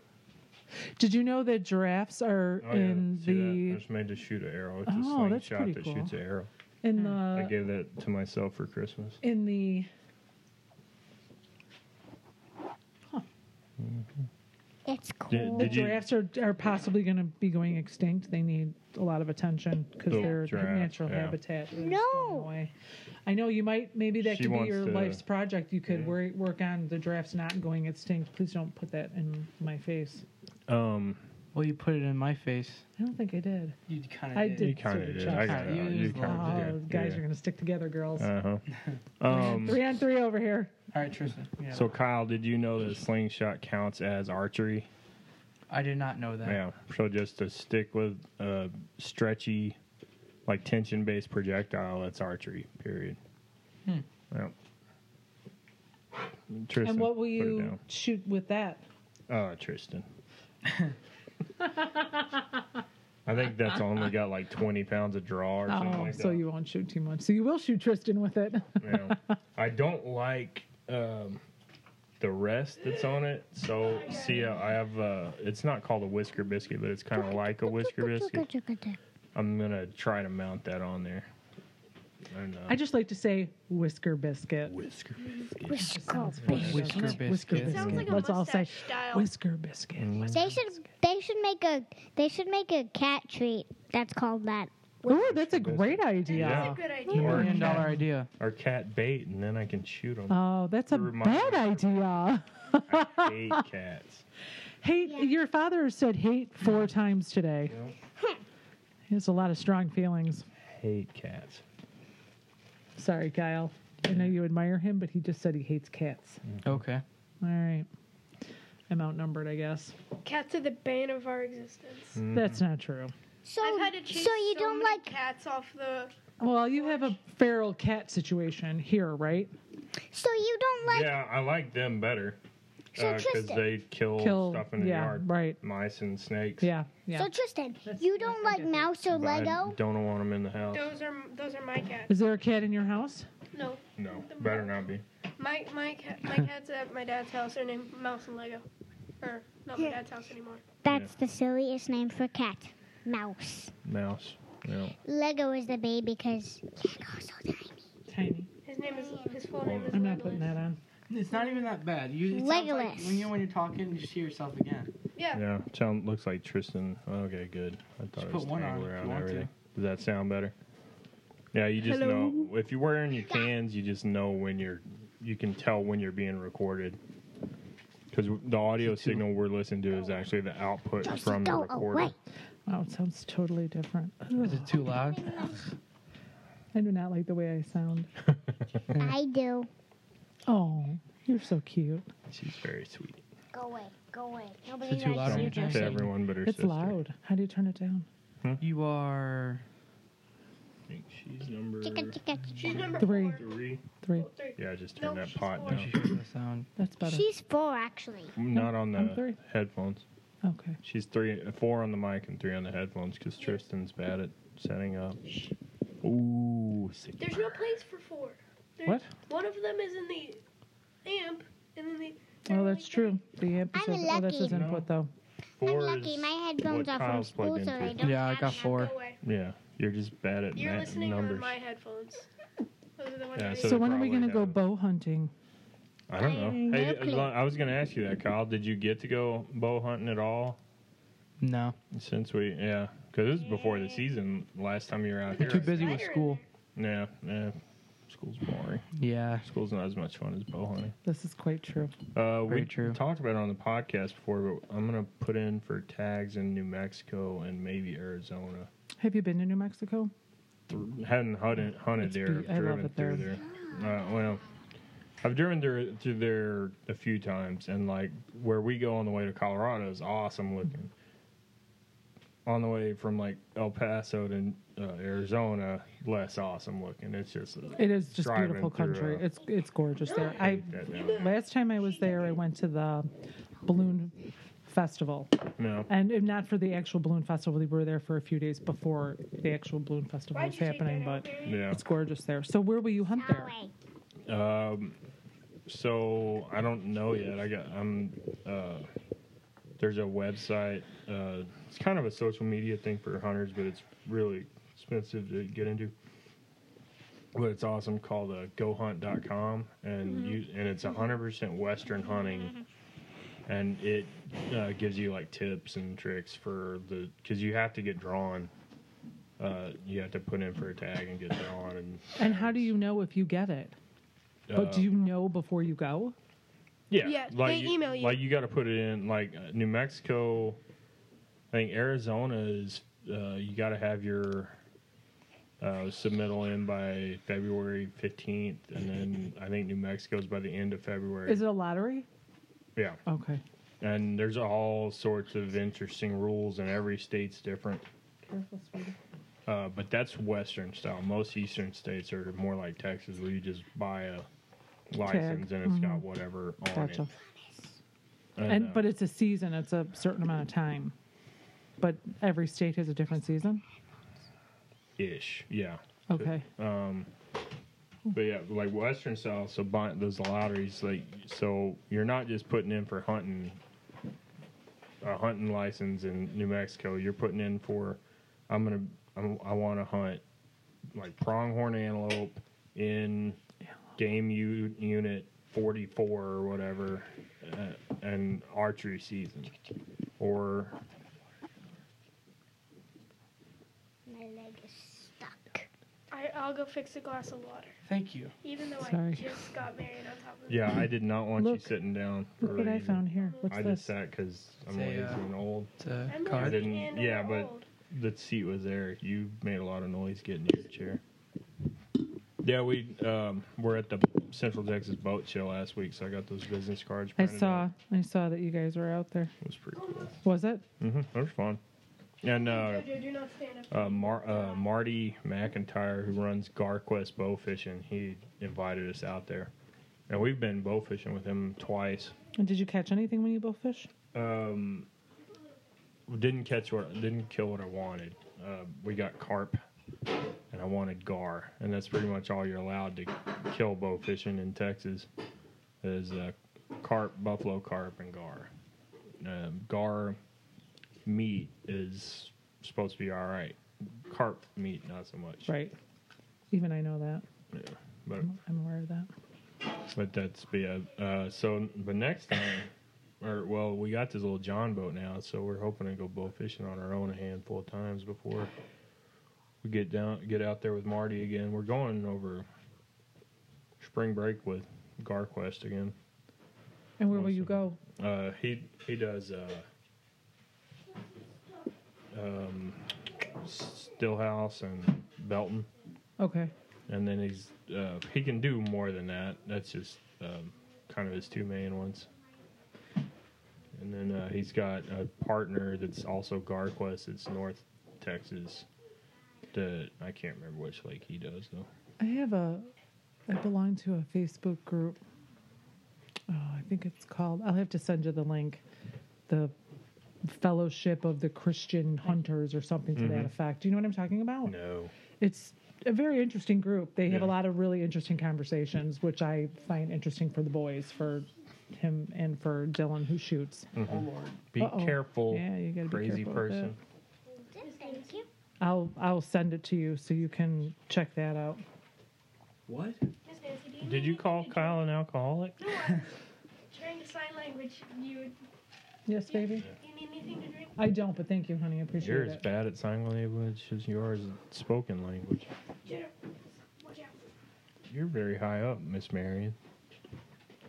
[SPEAKER 5] Did you know that giraffes are
[SPEAKER 4] Oh,
[SPEAKER 5] in
[SPEAKER 4] yeah. See that? I
[SPEAKER 5] the
[SPEAKER 4] was made to shoot an arrow. It's
[SPEAKER 5] Oh,
[SPEAKER 4] a
[SPEAKER 5] that's
[SPEAKER 4] slingshot
[SPEAKER 5] pretty
[SPEAKER 4] that
[SPEAKER 5] cool. Uh,
[SPEAKER 4] shoots an arrow.
[SPEAKER 5] in
[SPEAKER 4] I
[SPEAKER 5] the
[SPEAKER 4] gave that to myself for Christmas.
[SPEAKER 5] in the
[SPEAKER 2] It's cool.
[SPEAKER 4] Did,
[SPEAKER 5] the
[SPEAKER 4] did you?
[SPEAKER 5] giraffes are, are possibly going to be going extinct. They need a lot of attention because
[SPEAKER 4] The
[SPEAKER 5] their
[SPEAKER 4] giraffe,
[SPEAKER 5] natural
[SPEAKER 4] yeah.
[SPEAKER 5] habitat is
[SPEAKER 2] No.
[SPEAKER 5] going away. I know you might. Maybe that
[SPEAKER 4] She
[SPEAKER 5] could be
[SPEAKER 4] wants
[SPEAKER 5] your
[SPEAKER 4] to-
[SPEAKER 5] life's project. You could
[SPEAKER 4] Yeah.
[SPEAKER 5] wor- work on the giraffes not going extinct. Please don't put that in my face.
[SPEAKER 4] Um,
[SPEAKER 6] Well, you put it in my face.
[SPEAKER 5] I don't think I did.
[SPEAKER 6] You kind of
[SPEAKER 5] I
[SPEAKER 4] you
[SPEAKER 5] did.
[SPEAKER 4] kind of
[SPEAKER 5] sort of
[SPEAKER 4] did. I
[SPEAKER 5] check.
[SPEAKER 4] got it.
[SPEAKER 6] You
[SPEAKER 4] You
[SPEAKER 6] used
[SPEAKER 5] Oh,
[SPEAKER 4] kind of did.
[SPEAKER 5] guys are going to stick together, girls.
[SPEAKER 4] Uh huh. Um,
[SPEAKER 5] three on three over here.
[SPEAKER 6] All right, Tristan. Yeah.
[SPEAKER 4] So Kyle, did you know that slingshot counts as archery?
[SPEAKER 6] I did not know that.
[SPEAKER 4] Yeah. So just to stick with a stretchy, like tension-based projectile, that's archery. Period. Yeah. Tristan,
[SPEAKER 5] Hmm. and what will
[SPEAKER 4] put it
[SPEAKER 5] you
[SPEAKER 4] down.
[SPEAKER 5] shoot with that?
[SPEAKER 4] Oh, Tristan. I think that's only got like 20 pounds of draw or something
[SPEAKER 5] Oh,
[SPEAKER 4] like that.
[SPEAKER 5] so you won't shoot too much. So you will shoot Tristan with it.
[SPEAKER 4] Yeah. I don't like um, the rest that's on it. So see, I have uh, it's not called a whisker biscuit, but it's kind of like a whisker biscuit. I'm gonna try to mount that on there. And, uh,
[SPEAKER 5] I just like to say whisker biscuit.
[SPEAKER 4] whisker. Oh,
[SPEAKER 5] Sounds
[SPEAKER 6] biscuit. Whisker
[SPEAKER 5] better.
[SPEAKER 6] biscuit. It
[SPEAKER 3] Sounds like a
[SPEAKER 5] Let's all say
[SPEAKER 3] mustache style.
[SPEAKER 5] whisker biscuit.
[SPEAKER 2] They should they should make a they should make a cat treat that's called that.
[SPEAKER 5] Oh, that's a great
[SPEAKER 4] Yeah.
[SPEAKER 5] idea.
[SPEAKER 3] That's a good idea.
[SPEAKER 4] Or,
[SPEAKER 6] Million dollar idea.
[SPEAKER 4] or cat bait, and then I can shoot them.
[SPEAKER 5] Oh, that's a
[SPEAKER 4] Remind me.
[SPEAKER 5] bad idea.
[SPEAKER 4] I hate cats.
[SPEAKER 5] Hate. Your father said hate four times today. He has a lot of strong feelings.
[SPEAKER 4] Hate cats.
[SPEAKER 5] Sorry, Kyle. I know you admire him, but he just said he hates cats.
[SPEAKER 6] Okay.
[SPEAKER 5] All right. I'm outnumbered, I guess.
[SPEAKER 3] Cats are the bane of our existence.
[SPEAKER 4] Mm-hmm.
[SPEAKER 5] That's not true.
[SPEAKER 2] So
[SPEAKER 3] I've had to chase
[SPEAKER 2] so you
[SPEAKER 3] so
[SPEAKER 2] don't
[SPEAKER 3] many
[SPEAKER 2] like
[SPEAKER 3] cats off the.
[SPEAKER 5] Well, you have a feral cat situation here, right?
[SPEAKER 2] so you don't like
[SPEAKER 4] Yeah, I like them better.
[SPEAKER 2] So
[SPEAKER 4] because
[SPEAKER 2] Tristan-
[SPEAKER 4] uh, they kill,
[SPEAKER 5] Kill.
[SPEAKER 4] stuff in the
[SPEAKER 5] yeah,
[SPEAKER 4] yard,
[SPEAKER 5] right.
[SPEAKER 4] mice and snakes.
[SPEAKER 5] Yeah, yeah.
[SPEAKER 2] So Tristan, you don't like mouse or
[SPEAKER 4] But I
[SPEAKER 2] Lego?
[SPEAKER 4] don't want them in the house.
[SPEAKER 3] Those are those are my cats.
[SPEAKER 5] Is there a cat in your house?
[SPEAKER 3] No,
[SPEAKER 4] No, better not be.
[SPEAKER 3] my my cat, my cats at my dad's house are named Mouse and Lego, or not my dad's house anymore.
[SPEAKER 4] That's
[SPEAKER 2] That's the silliest name for cat. Mouse.
[SPEAKER 4] Mouse. No.
[SPEAKER 2] Lego is the baby because Lego's so tiny.
[SPEAKER 5] Tiny.
[SPEAKER 3] His name is his full name is
[SPEAKER 5] I'm not putting
[SPEAKER 3] Legolas.
[SPEAKER 5] that on.
[SPEAKER 6] It's not even that bad. You, it sounds like-
[SPEAKER 2] Legolas.
[SPEAKER 6] when you know when you're talking, you just hear yourself again.
[SPEAKER 3] Yeah.
[SPEAKER 4] Yeah, sound looks like Tristan. Okay, good. I thought it
[SPEAKER 6] put
[SPEAKER 4] was
[SPEAKER 6] one on
[SPEAKER 4] tangled
[SPEAKER 6] if you
[SPEAKER 4] around
[SPEAKER 6] want to.
[SPEAKER 4] everything. Does that sound better? Yeah, you just
[SPEAKER 3] Hello?
[SPEAKER 4] know if you're wearing your cans, you just know when you're. You can tell when you're being recorded because the audio signal we're listening to is actually the output
[SPEAKER 2] Just
[SPEAKER 4] from the
[SPEAKER 2] go
[SPEAKER 4] recorder.
[SPEAKER 2] away.
[SPEAKER 5] Wow, Oh, it sounds totally different.
[SPEAKER 6] Is it too loud?
[SPEAKER 5] I do not like the way I sound.
[SPEAKER 4] Mm.
[SPEAKER 2] I do.
[SPEAKER 5] Oh, you're so cute.
[SPEAKER 4] She's very sweet.
[SPEAKER 2] Go away. Go away. Nobody
[SPEAKER 6] Is it too
[SPEAKER 2] likes
[SPEAKER 6] loud on
[SPEAKER 2] you.
[SPEAKER 6] your
[SPEAKER 4] To
[SPEAKER 6] Tristan.
[SPEAKER 4] everyone but her
[SPEAKER 5] It's
[SPEAKER 4] sister.
[SPEAKER 5] loud. How do you turn it down?
[SPEAKER 6] You are.
[SPEAKER 4] I think she's number
[SPEAKER 2] Chicka chicka
[SPEAKER 3] She's
[SPEAKER 2] chicka.
[SPEAKER 3] number
[SPEAKER 5] Three.
[SPEAKER 3] four.
[SPEAKER 4] three.
[SPEAKER 5] Three.
[SPEAKER 3] Oh, three.
[SPEAKER 4] Yeah, just turn
[SPEAKER 3] No,
[SPEAKER 4] that
[SPEAKER 3] she's
[SPEAKER 4] pot
[SPEAKER 3] four.
[SPEAKER 6] Where'd
[SPEAKER 4] down.
[SPEAKER 6] you hear the sound?
[SPEAKER 5] That's better.
[SPEAKER 2] She's four actually.
[SPEAKER 4] Not on
[SPEAKER 5] I'm
[SPEAKER 4] the
[SPEAKER 5] three.
[SPEAKER 4] headphones.
[SPEAKER 5] Okay.
[SPEAKER 4] She's three, four on the mic and three on the headphones because Tristan's bad at setting up. Ooh, sick.
[SPEAKER 3] There's no place for four. There's,
[SPEAKER 5] What?
[SPEAKER 3] One of them is in the amp, and then the.
[SPEAKER 5] Oh, that's true. The amp is
[SPEAKER 2] I'm
[SPEAKER 5] over- Oh, that's his
[SPEAKER 2] lucky.
[SPEAKER 5] input, though.
[SPEAKER 2] I'm
[SPEAKER 4] Four
[SPEAKER 2] lucky.
[SPEAKER 4] is
[SPEAKER 2] My
[SPEAKER 4] what
[SPEAKER 2] headphones are from
[SPEAKER 4] Kyle's
[SPEAKER 2] school,
[SPEAKER 4] plugged
[SPEAKER 2] so I
[SPEAKER 4] into.
[SPEAKER 2] don't.
[SPEAKER 6] Yeah, I
[SPEAKER 2] have
[SPEAKER 6] got
[SPEAKER 2] them.
[SPEAKER 6] four.
[SPEAKER 3] Go away.
[SPEAKER 4] Yeah, you're just bad at
[SPEAKER 3] You're
[SPEAKER 4] ma-
[SPEAKER 3] listening on
[SPEAKER 4] numbers.
[SPEAKER 3] my headphones. Those are the ones
[SPEAKER 4] Yeah,
[SPEAKER 3] I
[SPEAKER 4] so
[SPEAKER 5] So,
[SPEAKER 3] use.
[SPEAKER 5] when are
[SPEAKER 4] probably
[SPEAKER 5] we going to go
[SPEAKER 4] have-
[SPEAKER 5] bow hunting?
[SPEAKER 4] I don't
[SPEAKER 2] I have
[SPEAKER 4] know. Hey,
[SPEAKER 2] no
[SPEAKER 4] as
[SPEAKER 2] clue.
[SPEAKER 4] long- I was going to ask you that, Kyle. Did you get to go bow hunting at all
[SPEAKER 6] No.
[SPEAKER 4] since we? Yeah, because this is before the season. Last time you were out here.
[SPEAKER 6] Too busy with
[SPEAKER 3] Spider in
[SPEAKER 6] school.
[SPEAKER 4] Yeah, yeah. School's boring.
[SPEAKER 6] Yeah.
[SPEAKER 4] School's not as much fun as bow hunting.
[SPEAKER 5] This is quite true.
[SPEAKER 4] Uh,
[SPEAKER 6] Very
[SPEAKER 4] we
[SPEAKER 6] true.
[SPEAKER 4] talked about it on the podcast before, but I'm gonna put in for tags in New Mexico and maybe Arizona.
[SPEAKER 5] Have you been to New Mexico?
[SPEAKER 4] Th- Hadn't hunted, hunted
[SPEAKER 5] Mm. It's
[SPEAKER 4] there,
[SPEAKER 5] be- I love
[SPEAKER 4] driven
[SPEAKER 5] it
[SPEAKER 4] through
[SPEAKER 5] there.
[SPEAKER 4] there. Uh, well, I've driven there through there a few times, and like where we go on the way to Colorado is awesome looking. On the way from like El Paso to uh, Arizona, less awesome looking. It's just uh,
[SPEAKER 5] It is just
[SPEAKER 4] Driving
[SPEAKER 5] beautiful
[SPEAKER 4] through,
[SPEAKER 5] country.
[SPEAKER 4] uh,
[SPEAKER 5] It's it's gorgeous there. I
[SPEAKER 4] that down.
[SPEAKER 5] last time I was there, I went to the balloon festival,
[SPEAKER 4] no.
[SPEAKER 5] and if not for the actual balloon festival, we were there for a few days before the actual balloon festival
[SPEAKER 3] Why'd
[SPEAKER 5] was
[SPEAKER 3] you take that
[SPEAKER 5] happening.
[SPEAKER 3] out,
[SPEAKER 5] But
[SPEAKER 3] Mary?
[SPEAKER 4] Yeah.
[SPEAKER 5] it's gorgeous there. So where will you hunt
[SPEAKER 2] Go
[SPEAKER 5] there?
[SPEAKER 2] away.
[SPEAKER 4] Um, so I don't know yet. I got I'm uh, there's a website. Uh, it's kind of a social media thing for hunters, but it's really expensive to get into. But it's awesome called uh, GoHunt.com, and you and it's 100% Western hunting, and it uh, gives you like tips and tricks for the because you have to get drawn. Uh, you have to put in for a tag and get drawn, and
[SPEAKER 5] And how do you know if you get it? But
[SPEAKER 4] uh,
[SPEAKER 5] do you know before you go?
[SPEAKER 4] Yeah,
[SPEAKER 3] Yeah, they email you.
[SPEAKER 4] Like you got to put it in. Like uh, New Mexico, I think Arizona is. Uh, you got to have your uh, submittal in by February fifteenth, and then I think New Mexico's by the end of February.
[SPEAKER 5] Is it a lottery?
[SPEAKER 4] yeah,
[SPEAKER 5] Okay.
[SPEAKER 4] and there's all sorts of interesting rules, and every state's different.
[SPEAKER 5] Careful, sweetie.
[SPEAKER 4] Uh, but that's Western style. Most Eastern states are more like Texas, where you just buy a license and it's got whatever on
[SPEAKER 5] Mm-hmm. Gotcha.
[SPEAKER 4] it.
[SPEAKER 5] And
[SPEAKER 4] uh,
[SPEAKER 5] but it's a season. It's a certain amount of time. But every state has a different season.
[SPEAKER 4] ish, yeah.
[SPEAKER 5] Okay.
[SPEAKER 4] But yeah, like Western style, so buying those lotteries, like so you're not just putting in for hunting a hunting license in New Mexico. You're putting in for I'm gonna I'm, I want to hunt like pronghorn antelope in game u- unit 44 or whatever, uh, and archery season, or
[SPEAKER 2] My leg is stuck.
[SPEAKER 3] I, I'll go fix a glass of water,
[SPEAKER 6] Thank you.
[SPEAKER 3] even though I
[SPEAKER 5] Sorry.
[SPEAKER 3] just got married on top of it.
[SPEAKER 4] yeah, I did not want
[SPEAKER 5] Look.
[SPEAKER 4] you sitting down. For
[SPEAKER 5] Look
[SPEAKER 4] a
[SPEAKER 5] what I
[SPEAKER 4] reason.
[SPEAKER 5] found here. What's
[SPEAKER 4] I
[SPEAKER 5] this?
[SPEAKER 4] just sat because I'm
[SPEAKER 6] Say,
[SPEAKER 4] lazy
[SPEAKER 6] uh,
[SPEAKER 4] and old.
[SPEAKER 6] It's a
[SPEAKER 3] I'm
[SPEAKER 4] I
[SPEAKER 3] lazy
[SPEAKER 6] card.
[SPEAKER 4] didn't-
[SPEAKER 3] and
[SPEAKER 4] yeah,
[SPEAKER 3] I'm
[SPEAKER 4] but-
[SPEAKER 3] old.
[SPEAKER 4] the seat was there. You made a lot of noise getting your chair. Yeah, we um, were at the Central Texas Boat Show last week, so I got those business cards.
[SPEAKER 5] I
[SPEAKER 4] printed
[SPEAKER 5] saw.
[SPEAKER 4] out.
[SPEAKER 5] I saw that you guys were out there.
[SPEAKER 4] It was pretty cool.
[SPEAKER 5] Was it?
[SPEAKER 4] Mm-hmm. It was fun. And uh,
[SPEAKER 3] Jojo, do not stand up.
[SPEAKER 4] uh, Mar- uh, Marty McIntyre, who runs Garquest Bow Fishing, he invited us out there, And we've been bow fishing with him twice.
[SPEAKER 5] And did you catch anything when you both fish?
[SPEAKER 4] Um, didn't catch what didn't kill what I wanted. Uh, we got carp, and I wanted gar, and that's pretty much all you're allowed to kill bow fishing in Texas is uh, carp, buffalo carp, and gar. Um, gar meat is supposed to be all right. Carp meat, not so much.
[SPEAKER 5] Right. Even I know that.
[SPEAKER 4] Yeah, but
[SPEAKER 5] I'm, I'm aware of that.
[SPEAKER 4] but that's be a, uh, so. But next time, or well, we got this little John boat now, so we're hoping to go bow fishing on our own a handful of times before we get down, get out there with Marty again. We're going over spring break with Garquest again.
[SPEAKER 5] And where will you
[SPEAKER 4] Awesome.
[SPEAKER 5] go?
[SPEAKER 4] Uh, he he does uh, um, Stillhouse and Belton
[SPEAKER 5] Okay.
[SPEAKER 4] and then he's uh, he can do more than that. That's just um, kind of his two main ones. And then uh, he's got a partner that's also Garquest. It's North Texas. That I can't remember which lake he does though.
[SPEAKER 5] I have a. I belong to a Facebook group. Oh, I think it's called. I'll have to send you the link. The Fellowship of the Christian Hunters or something to that effect. Do you know what I'm talking about?
[SPEAKER 4] Mm-hmm. No.
[SPEAKER 5] It's a very interesting group. They have a
[SPEAKER 4] Yeah.
[SPEAKER 5] lot of really interesting conversations, which I find interesting for the boys, for him and for Dylan who shoots.
[SPEAKER 6] Oh,
[SPEAKER 4] Be
[SPEAKER 5] Uh-oh.
[SPEAKER 4] careful,
[SPEAKER 5] Yeah, you gotta be
[SPEAKER 4] crazy
[SPEAKER 5] careful with
[SPEAKER 4] person.
[SPEAKER 10] Thank you.
[SPEAKER 5] I'll I'll send it to you so you can check that out.
[SPEAKER 4] What?
[SPEAKER 11] Miss Nancy, do you
[SPEAKER 4] Did
[SPEAKER 11] need
[SPEAKER 4] you
[SPEAKER 11] me
[SPEAKER 4] call
[SPEAKER 11] to-
[SPEAKER 4] Kyle an alcoholic?
[SPEAKER 11] No, I'm trying to sign language. You,
[SPEAKER 5] Yes,
[SPEAKER 11] do you,
[SPEAKER 5] baby.
[SPEAKER 11] do you need anything to drink?
[SPEAKER 5] I don't, but thank you, honey. I appreciate
[SPEAKER 4] You're
[SPEAKER 5] it.
[SPEAKER 4] as bad at sign language as you are at spoken language.
[SPEAKER 11] Jennifer, watch out.
[SPEAKER 4] You're very high up, Miss Marion.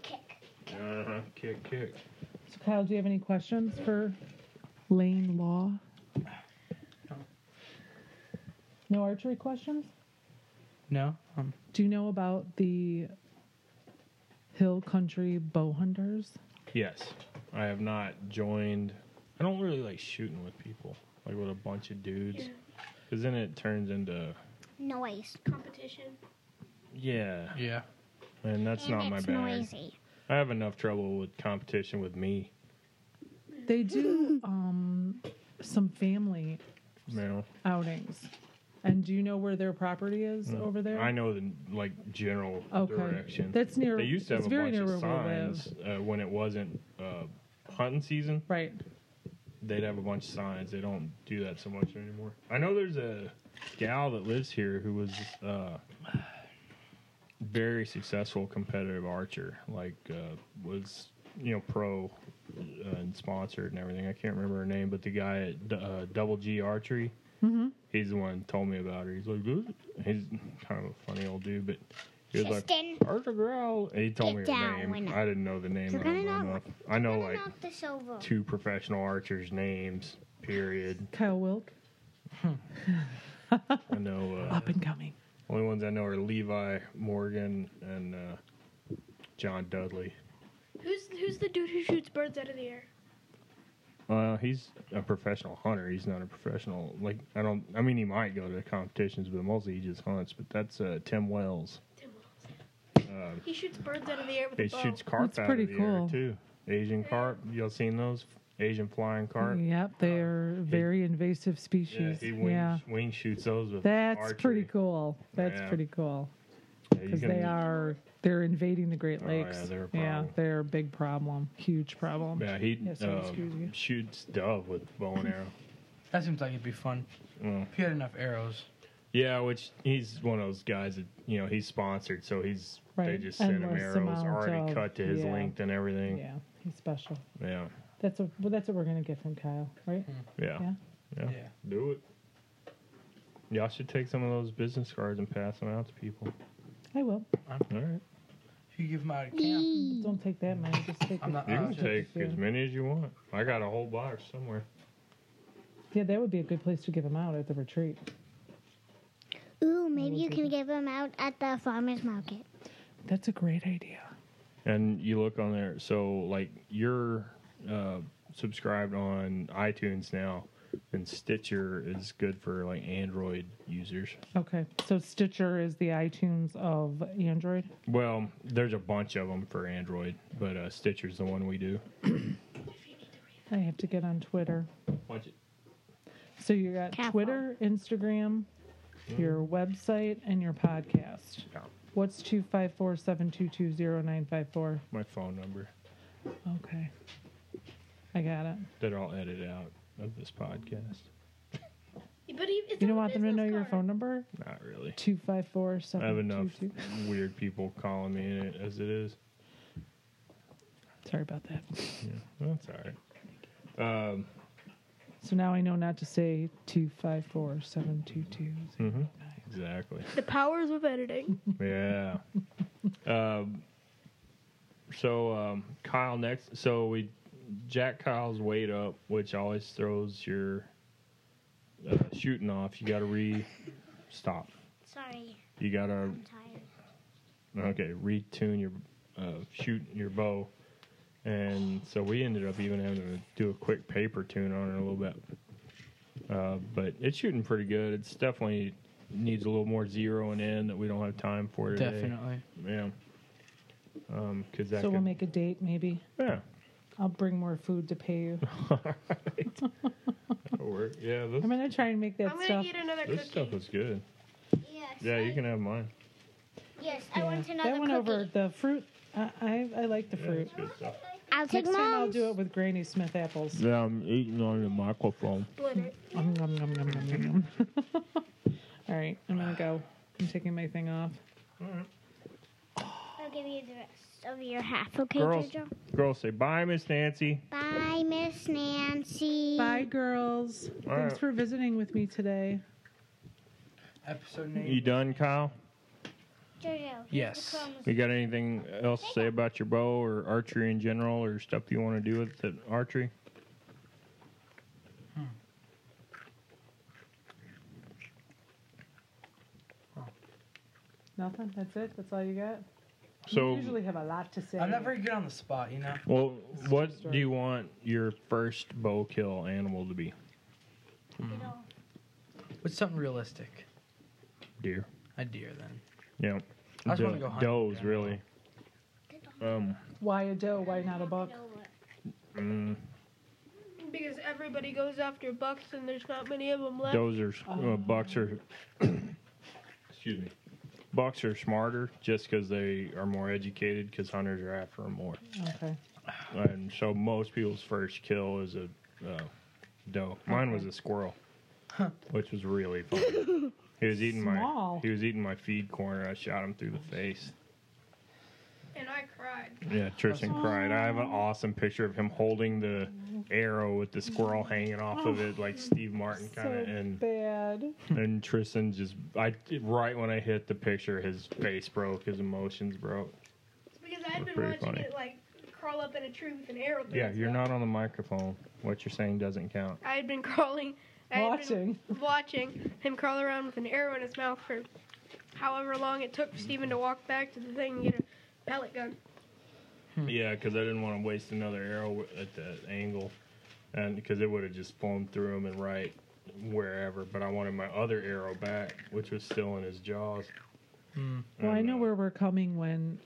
[SPEAKER 10] Kick.
[SPEAKER 4] Uh huh. Kick, kick.
[SPEAKER 5] So, Kyle, do you have any questions for Lane Law? No archery questions?
[SPEAKER 6] No. Um,
[SPEAKER 5] Do you know about the Hill Country Bow Hunters?
[SPEAKER 4] Yes. I have not joined. I don't really like shooting with people, like with a bunch of dudes. Because then it turns into,
[SPEAKER 2] Noise.
[SPEAKER 11] Competition.
[SPEAKER 4] yeah.
[SPEAKER 6] yeah.
[SPEAKER 4] And that's
[SPEAKER 2] and
[SPEAKER 4] not my
[SPEAKER 2] it's
[SPEAKER 4] bag.
[SPEAKER 2] noisy.
[SPEAKER 4] I have enough trouble with competition with me,
[SPEAKER 5] They do um, some family
[SPEAKER 4] you know.
[SPEAKER 5] outings. And do you know where their property is over there?
[SPEAKER 4] I know the like general
[SPEAKER 5] Okay.
[SPEAKER 4] direction.
[SPEAKER 5] That's near-
[SPEAKER 4] They used to have
[SPEAKER 5] it's
[SPEAKER 4] a
[SPEAKER 5] very
[SPEAKER 4] bunch
[SPEAKER 5] near
[SPEAKER 4] of
[SPEAKER 5] where we live.
[SPEAKER 4] signs uh, when it wasn't uh, hunting season.
[SPEAKER 5] Right.
[SPEAKER 4] they'd have a bunch of signs. They don't do that so much anymore. I know there's a gal that lives here who was uh, very successful competitive archer. Like uh, was you know pro uh, and sponsored and everything. I can't remember her name, but the guy at uh, Double G Archery. He's the one that told me about her. He's like, "Good." he's kind of a funny old dude, but he was like,
[SPEAKER 2] Tristan,
[SPEAKER 4] Archer Growl. And he told
[SPEAKER 2] Get
[SPEAKER 4] me
[SPEAKER 2] down,
[SPEAKER 4] her
[SPEAKER 2] why
[SPEAKER 4] name.
[SPEAKER 2] not?
[SPEAKER 4] I didn't know the name
[SPEAKER 2] You're
[SPEAKER 4] of her
[SPEAKER 2] gonna knock-
[SPEAKER 4] enough. I know,
[SPEAKER 2] gonna
[SPEAKER 4] like,
[SPEAKER 2] knock this over.
[SPEAKER 4] two professional archers' names. Period.
[SPEAKER 5] Kyle Wilk,
[SPEAKER 4] I know uh,
[SPEAKER 5] up and coming.
[SPEAKER 4] only ones I know are Levi Morgan and uh, John Dudley.
[SPEAKER 11] Who's who's the dude who shoots birds out of the air?
[SPEAKER 4] Well, Uh, he's a professional hunter. He's not a professional like I don't. I mean, he might go to competitions, but mostly he just hunts. But that's uh, Tim Wells.
[SPEAKER 11] Tim Wills.
[SPEAKER 4] Uh,
[SPEAKER 11] He shoots birds out of the air with
[SPEAKER 4] he
[SPEAKER 11] a bow.
[SPEAKER 4] shoots carp
[SPEAKER 5] That's
[SPEAKER 4] out
[SPEAKER 5] pretty
[SPEAKER 4] of the
[SPEAKER 5] cool.
[SPEAKER 4] air too. Asian carp. Y'all seen those? Asian flying carp.
[SPEAKER 5] Yep, they are very invasive
[SPEAKER 4] Yeah,
[SPEAKER 5] species.
[SPEAKER 4] he wing,
[SPEAKER 5] yeah.
[SPEAKER 4] wing shoots those with
[SPEAKER 5] That's
[SPEAKER 4] archery.
[SPEAKER 5] pretty cool. That's
[SPEAKER 4] Yeah.
[SPEAKER 5] pretty cool
[SPEAKER 4] Yeah, you
[SPEAKER 5] because
[SPEAKER 4] can-
[SPEAKER 5] they are they're invading the Great
[SPEAKER 4] Oh,
[SPEAKER 5] Lakes.
[SPEAKER 4] yeah, they're a problem.
[SPEAKER 5] they're a big problem, huge problem.
[SPEAKER 4] Yeah, he
[SPEAKER 5] Yeah, so
[SPEAKER 4] uh,
[SPEAKER 5] excuse you.
[SPEAKER 4] shoots dove with bow and arrow.
[SPEAKER 6] That seems like it'd be fun.
[SPEAKER 4] Mm.
[SPEAKER 6] If you had enough arrows.
[SPEAKER 4] Yeah, which he's one of those guys that you know he's sponsored, so he's they
[SPEAKER 5] Right,
[SPEAKER 4] just send him
[SPEAKER 5] endless
[SPEAKER 4] arrows
[SPEAKER 5] amount
[SPEAKER 4] already
[SPEAKER 5] of-
[SPEAKER 4] cut to his
[SPEAKER 5] yeah.
[SPEAKER 4] length and everything. Yeah,
[SPEAKER 5] Yeah, he's special.
[SPEAKER 4] yeah,
[SPEAKER 5] That's a well, that's what we're gonna get from Kyle, right?
[SPEAKER 6] Hmm.
[SPEAKER 4] yeah.
[SPEAKER 5] Yeah.
[SPEAKER 6] Yeah.
[SPEAKER 4] Do it. Y'all should take some of those business cards and pass them out to people.
[SPEAKER 5] I will.
[SPEAKER 4] All right,
[SPEAKER 6] If you give them out at camp.
[SPEAKER 5] Don't take that many. Just take.
[SPEAKER 6] I'm not-
[SPEAKER 5] the-
[SPEAKER 4] you
[SPEAKER 6] Uh,
[SPEAKER 4] can
[SPEAKER 5] just the
[SPEAKER 4] take
[SPEAKER 5] few.
[SPEAKER 4] as many as you want. I got a whole box somewhere.
[SPEAKER 5] Yeah, that would be a good place to give them out at the retreat.
[SPEAKER 2] Ooh, maybe you can give them out at the farmer's market.
[SPEAKER 5] That's a great idea.
[SPEAKER 4] And you look on there, so like you're uh, subscribed on iTunes now, and Stitcher is good for like Android users.
[SPEAKER 5] Okay, so Stitcher is the iTunes of Android.
[SPEAKER 4] Well, there's a bunch of them for Android, but uh, Stitcher's the one we do.
[SPEAKER 5] I have to get on Twitter.
[SPEAKER 4] Watch it.
[SPEAKER 5] So you got
[SPEAKER 2] Careful.
[SPEAKER 5] Twitter, Instagram, your website, and your podcast.
[SPEAKER 4] Mm-hmm. Yeah.
[SPEAKER 5] What's two five four seven two two zero nine five four?
[SPEAKER 4] My phone number
[SPEAKER 5] Okay, I got it.
[SPEAKER 4] that I'll edit out of this podcast.
[SPEAKER 11] But he, it's
[SPEAKER 5] You don't
[SPEAKER 11] on
[SPEAKER 5] want
[SPEAKER 11] the
[SPEAKER 5] them to know
[SPEAKER 11] business
[SPEAKER 5] your
[SPEAKER 11] card.
[SPEAKER 5] phone number?
[SPEAKER 4] Not really.
[SPEAKER 5] Two five four
[SPEAKER 4] I have
[SPEAKER 5] seven
[SPEAKER 4] enough
[SPEAKER 5] two two.
[SPEAKER 4] weird people calling me in it as it is.
[SPEAKER 5] Sorry about that.
[SPEAKER 4] That's all right. Um,
[SPEAKER 5] So now I know not to say two five four seven two two.
[SPEAKER 4] mhm, Exactly.
[SPEAKER 3] The powers of editing.
[SPEAKER 4] Yeah. um, so um, Kyle next. So we jack Kyle's weight up, which always throws your uh, shooting off. You got to re stop.
[SPEAKER 10] Sorry,
[SPEAKER 4] You got to
[SPEAKER 10] I'm tired.
[SPEAKER 4] okay retune your uh, shoot your bow. And so we ended up even having to do a quick paper tune on it a little bit. Uh, but it's shooting pretty good. It's definitely needs a little more zeroing in that we don't have time for today.
[SPEAKER 6] Definitely.
[SPEAKER 4] Yeah. Um, cause that
[SPEAKER 5] So
[SPEAKER 4] could,
[SPEAKER 5] we'll make a date maybe.
[SPEAKER 4] yeah.
[SPEAKER 5] I'll bring more food to pay you.
[SPEAKER 4] That'll work. Yeah, this,
[SPEAKER 5] I'm gonna try and make that
[SPEAKER 11] I'm gonna
[SPEAKER 5] stuff.
[SPEAKER 11] eat another
[SPEAKER 4] this
[SPEAKER 11] cookie.
[SPEAKER 4] stuff is good.
[SPEAKER 10] Yes.
[SPEAKER 4] Yeah, you
[SPEAKER 10] I-
[SPEAKER 4] can have mine.
[SPEAKER 10] Yes, I
[SPEAKER 5] Yeah.
[SPEAKER 10] want another
[SPEAKER 5] that one
[SPEAKER 10] cookie.
[SPEAKER 5] over the fruit. I I, I like the
[SPEAKER 4] Yeah,
[SPEAKER 5] fruit.
[SPEAKER 4] it's good stuff.
[SPEAKER 2] I'll take
[SPEAKER 5] Next time I'll
[SPEAKER 2] mom's.
[SPEAKER 5] do it with Granny Smith apples.
[SPEAKER 4] Yeah, I'm eating on the microphone.
[SPEAKER 11] Split it.
[SPEAKER 5] Nom, nom, nom, nom, nom, nom, nom. All right, I'm gonna go. I'm taking my thing off.
[SPEAKER 10] I'll give you the rest of your half, okay,
[SPEAKER 4] Girls.
[SPEAKER 10] Jojo?
[SPEAKER 4] Girls say bye, Miss Nancy.
[SPEAKER 2] Bye, Miss Nancy.
[SPEAKER 5] Bye, girls.
[SPEAKER 4] All
[SPEAKER 5] Thanks
[SPEAKER 4] right.
[SPEAKER 5] for visiting with me today.
[SPEAKER 6] Episode
[SPEAKER 4] You
[SPEAKER 6] 8.
[SPEAKER 4] done, Kyle?
[SPEAKER 10] Jojo, here's
[SPEAKER 6] Yes.
[SPEAKER 10] the crumbs.
[SPEAKER 4] You got anything else to say about your bow or archery in general or stuff you want to do with the archery?
[SPEAKER 5] Nothing. That's it. That's all you got.
[SPEAKER 4] So,
[SPEAKER 5] you usually have a lot to say.
[SPEAKER 6] I'm not very good on the spot, you know?
[SPEAKER 4] well, what do you want your first bow kill animal to be? Mm.
[SPEAKER 6] What's something realistic?
[SPEAKER 4] Deer.
[SPEAKER 6] A deer, then.
[SPEAKER 4] Yeah.
[SPEAKER 6] I just
[SPEAKER 4] Do-
[SPEAKER 6] wanna go hunting in
[SPEAKER 4] does,
[SPEAKER 6] general.
[SPEAKER 4] really. Um,
[SPEAKER 5] Why a doe? Why not a buck?
[SPEAKER 4] mm,
[SPEAKER 11] Because everybody goes after bucks and there's not many of them left.
[SPEAKER 4] Those are
[SPEAKER 5] Oh.
[SPEAKER 4] uh, bucks are. excuse me. Bucks are smarter just because they are more educated because hunters are after them more.
[SPEAKER 5] Okay.
[SPEAKER 4] And so most people's first kill is a uh, doe. Mine was a squirrel, which was really fun. He was eating
[SPEAKER 5] Small.
[SPEAKER 4] my he was eating my feed corn. and I shot him through the face.
[SPEAKER 11] And I cried.
[SPEAKER 4] Yeah, Tristan cried. I have an awesome picture of him holding the
[SPEAKER 5] Mm-hmm.
[SPEAKER 4] arrow with the squirrel hanging off of it, like Steve Martin kind of.
[SPEAKER 5] so
[SPEAKER 4] and
[SPEAKER 5] bad.
[SPEAKER 4] And Tristan just, I right when I hit the picture, his face broke, his emotions broke.
[SPEAKER 11] It's because I had been
[SPEAKER 4] Pretty
[SPEAKER 11] watching
[SPEAKER 4] funny.
[SPEAKER 11] it like crawl up in a tree with an arrow. through
[SPEAKER 4] Yeah,
[SPEAKER 11] its
[SPEAKER 4] you're
[SPEAKER 11] mouth.
[SPEAKER 4] not on the microphone. What you're saying doesn't count.
[SPEAKER 11] I had been crawling. I had been
[SPEAKER 5] Watching.
[SPEAKER 11] watching him crawl around with an arrow in his mouth for however long it took for Steven to walk back to the thing and get a pellet gun.
[SPEAKER 4] Mm. Yeah, because I didn't want to waste another arrow at that angle, and because it would have just flown through him and right wherever. But I wanted my other arrow back, which was still in his jaws.
[SPEAKER 5] Well, I
[SPEAKER 4] And,
[SPEAKER 5] know
[SPEAKER 4] uh,
[SPEAKER 5] where we're coming when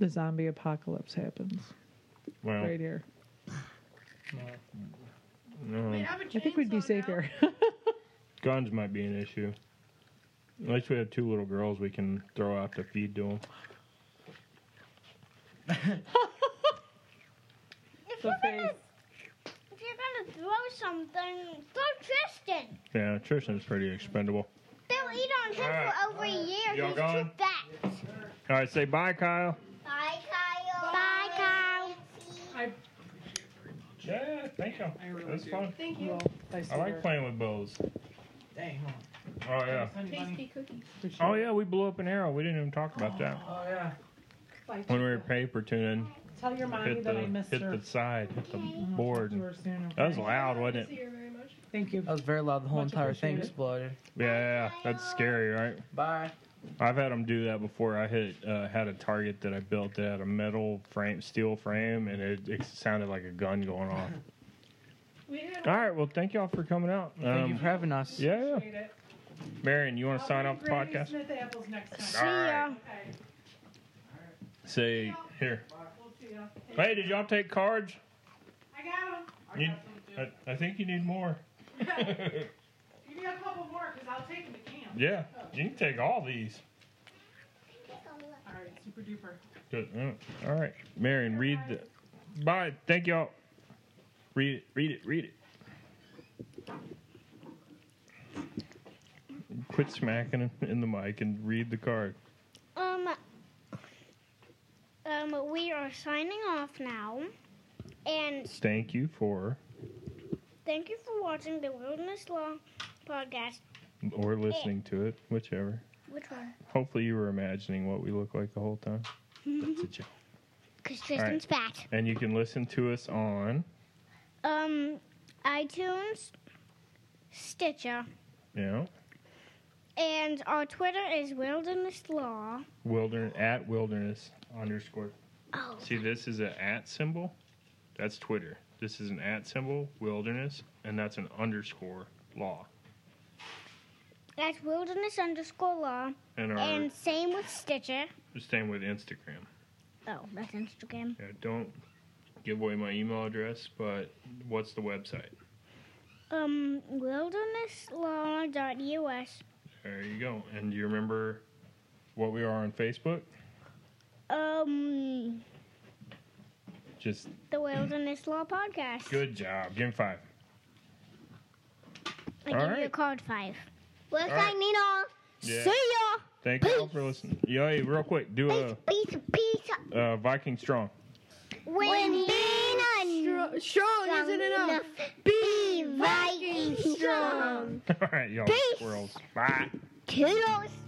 [SPEAKER 5] the zombie apocalypse happens.
[SPEAKER 4] Well,
[SPEAKER 5] Right here.
[SPEAKER 4] um,
[SPEAKER 11] Wait, I, have a
[SPEAKER 5] I think we'd be
[SPEAKER 11] chainsaw
[SPEAKER 5] safe
[SPEAKER 11] now.
[SPEAKER 5] here.
[SPEAKER 4] guns might be an issue. At least we have two little girls we can throw out to feed to them.
[SPEAKER 10] If
[SPEAKER 5] the
[SPEAKER 10] you're,
[SPEAKER 5] face.
[SPEAKER 10] gonna, if you're gonna throw something, throw Tristan.
[SPEAKER 4] Yeah, Tristan's pretty expendable.
[SPEAKER 10] They'll eat on him
[SPEAKER 4] Alright.
[SPEAKER 10] for over a year.
[SPEAKER 4] Y'all
[SPEAKER 10] He's
[SPEAKER 4] going?
[SPEAKER 10] too fat.
[SPEAKER 4] All right, say bye, Kyle.
[SPEAKER 10] Bye, Kyle. Bye, Kyle.
[SPEAKER 4] Yeah, thank you.
[SPEAKER 5] really
[SPEAKER 4] That was fun.
[SPEAKER 11] Thank you.
[SPEAKER 4] I like playing with bows.
[SPEAKER 6] Dang.
[SPEAKER 4] Oh yeah.
[SPEAKER 11] Tasty cookies.
[SPEAKER 4] Oh yeah, we blew up an arrow. We didn't even talk about that
[SPEAKER 6] Oh, yeah.
[SPEAKER 4] when we were paper tuning.
[SPEAKER 5] Tell your mommy
[SPEAKER 4] Hit the
[SPEAKER 5] that I missed
[SPEAKER 4] hit
[SPEAKER 5] her.
[SPEAKER 4] the side, hit the
[SPEAKER 5] I'll talk
[SPEAKER 4] board.
[SPEAKER 5] to her soon, okay?
[SPEAKER 4] That was loud, wasn't
[SPEAKER 11] See
[SPEAKER 4] it?
[SPEAKER 11] you very much.
[SPEAKER 5] Thank you.
[SPEAKER 6] That was very loud. The whole
[SPEAKER 5] Much
[SPEAKER 6] entire thing
[SPEAKER 5] appreciated.
[SPEAKER 6] exploded.
[SPEAKER 4] Yeah, that's scary, right?
[SPEAKER 6] Bye.
[SPEAKER 4] I've had them do that before. I hit uh, had a target that I built that had a metal frame, steel frame, and it, it sounded like a gun going off. All right. Well, thank you all for coming out.
[SPEAKER 6] Thank you
[SPEAKER 4] Um,
[SPEAKER 6] for having us.
[SPEAKER 4] yeah.
[SPEAKER 5] Appreciate it.
[SPEAKER 4] Marion, you want
[SPEAKER 5] I'll
[SPEAKER 4] to sign
[SPEAKER 5] bring
[SPEAKER 4] off the
[SPEAKER 5] Granny
[SPEAKER 4] podcast?
[SPEAKER 5] Smith apples next time.
[SPEAKER 4] All right.
[SPEAKER 5] Okay.
[SPEAKER 4] Say here.
[SPEAKER 5] We'll see ya.
[SPEAKER 4] Hey, did y'all take cards?
[SPEAKER 5] I got 'em. I
[SPEAKER 4] You-
[SPEAKER 5] got some too.
[SPEAKER 4] I, I think you need more.
[SPEAKER 5] Give me a couple more because I'll take them to camp.
[SPEAKER 4] yeah, you can take all these.
[SPEAKER 5] All right, super duper.
[SPEAKER 4] Good. Mm, All right, Marion, read the. Bye. Thank y'all. Read it. Read it. Read it. Quit smacking in the mic and read the card.
[SPEAKER 2] Um, um, we are signing off now. And
[SPEAKER 4] Thank you for
[SPEAKER 2] thank you for watching the Wilderness Law podcast.
[SPEAKER 4] or listening to it, whichever.
[SPEAKER 2] Which one?
[SPEAKER 4] Hopefully, you were imagining what we look like the whole time. That's a joke.
[SPEAKER 2] Because Tristan's fat.
[SPEAKER 4] And you can listen to us on
[SPEAKER 2] Um, iTunes, Stitcher,
[SPEAKER 4] you know
[SPEAKER 2] and our Twitter is Wilderness Law.
[SPEAKER 4] wilderness at wilderness underscore.
[SPEAKER 2] Oh.
[SPEAKER 4] See, this is an at symbol. That's Twitter. This is an at symbol wilderness, and that's an underscore law.
[SPEAKER 2] That's Wilderness underscore Law.
[SPEAKER 4] And our
[SPEAKER 2] And same with Stitcher.
[SPEAKER 4] same with Instagram.
[SPEAKER 2] Oh, that's Instagram.
[SPEAKER 4] Now, don't give away my email address, but what's the website?
[SPEAKER 2] Um, wildernesslaw.us.
[SPEAKER 4] There you go. And do you remember what we are on Facebook?
[SPEAKER 2] Um,
[SPEAKER 4] Just
[SPEAKER 2] the Wilderness Law Podcast.
[SPEAKER 4] good job. Give him five.
[SPEAKER 2] I
[SPEAKER 4] All
[SPEAKER 2] give you a
[SPEAKER 4] right.
[SPEAKER 2] card five.
[SPEAKER 12] We're
[SPEAKER 4] All right.
[SPEAKER 12] signing off.
[SPEAKER 4] Yeah.
[SPEAKER 12] See ya.
[SPEAKER 4] Thank you all for listening. Yo, hey, real quick, do
[SPEAKER 12] Peace,
[SPEAKER 4] a
[SPEAKER 12] peace, peace.
[SPEAKER 4] uh, Viking strong.
[SPEAKER 12] When being
[SPEAKER 3] Stro- strong isn't enough.
[SPEAKER 12] Be Viking strong.
[SPEAKER 4] all right, y'all.
[SPEAKER 12] Peace.
[SPEAKER 4] Squirrels. Bye.
[SPEAKER 12] Toodles.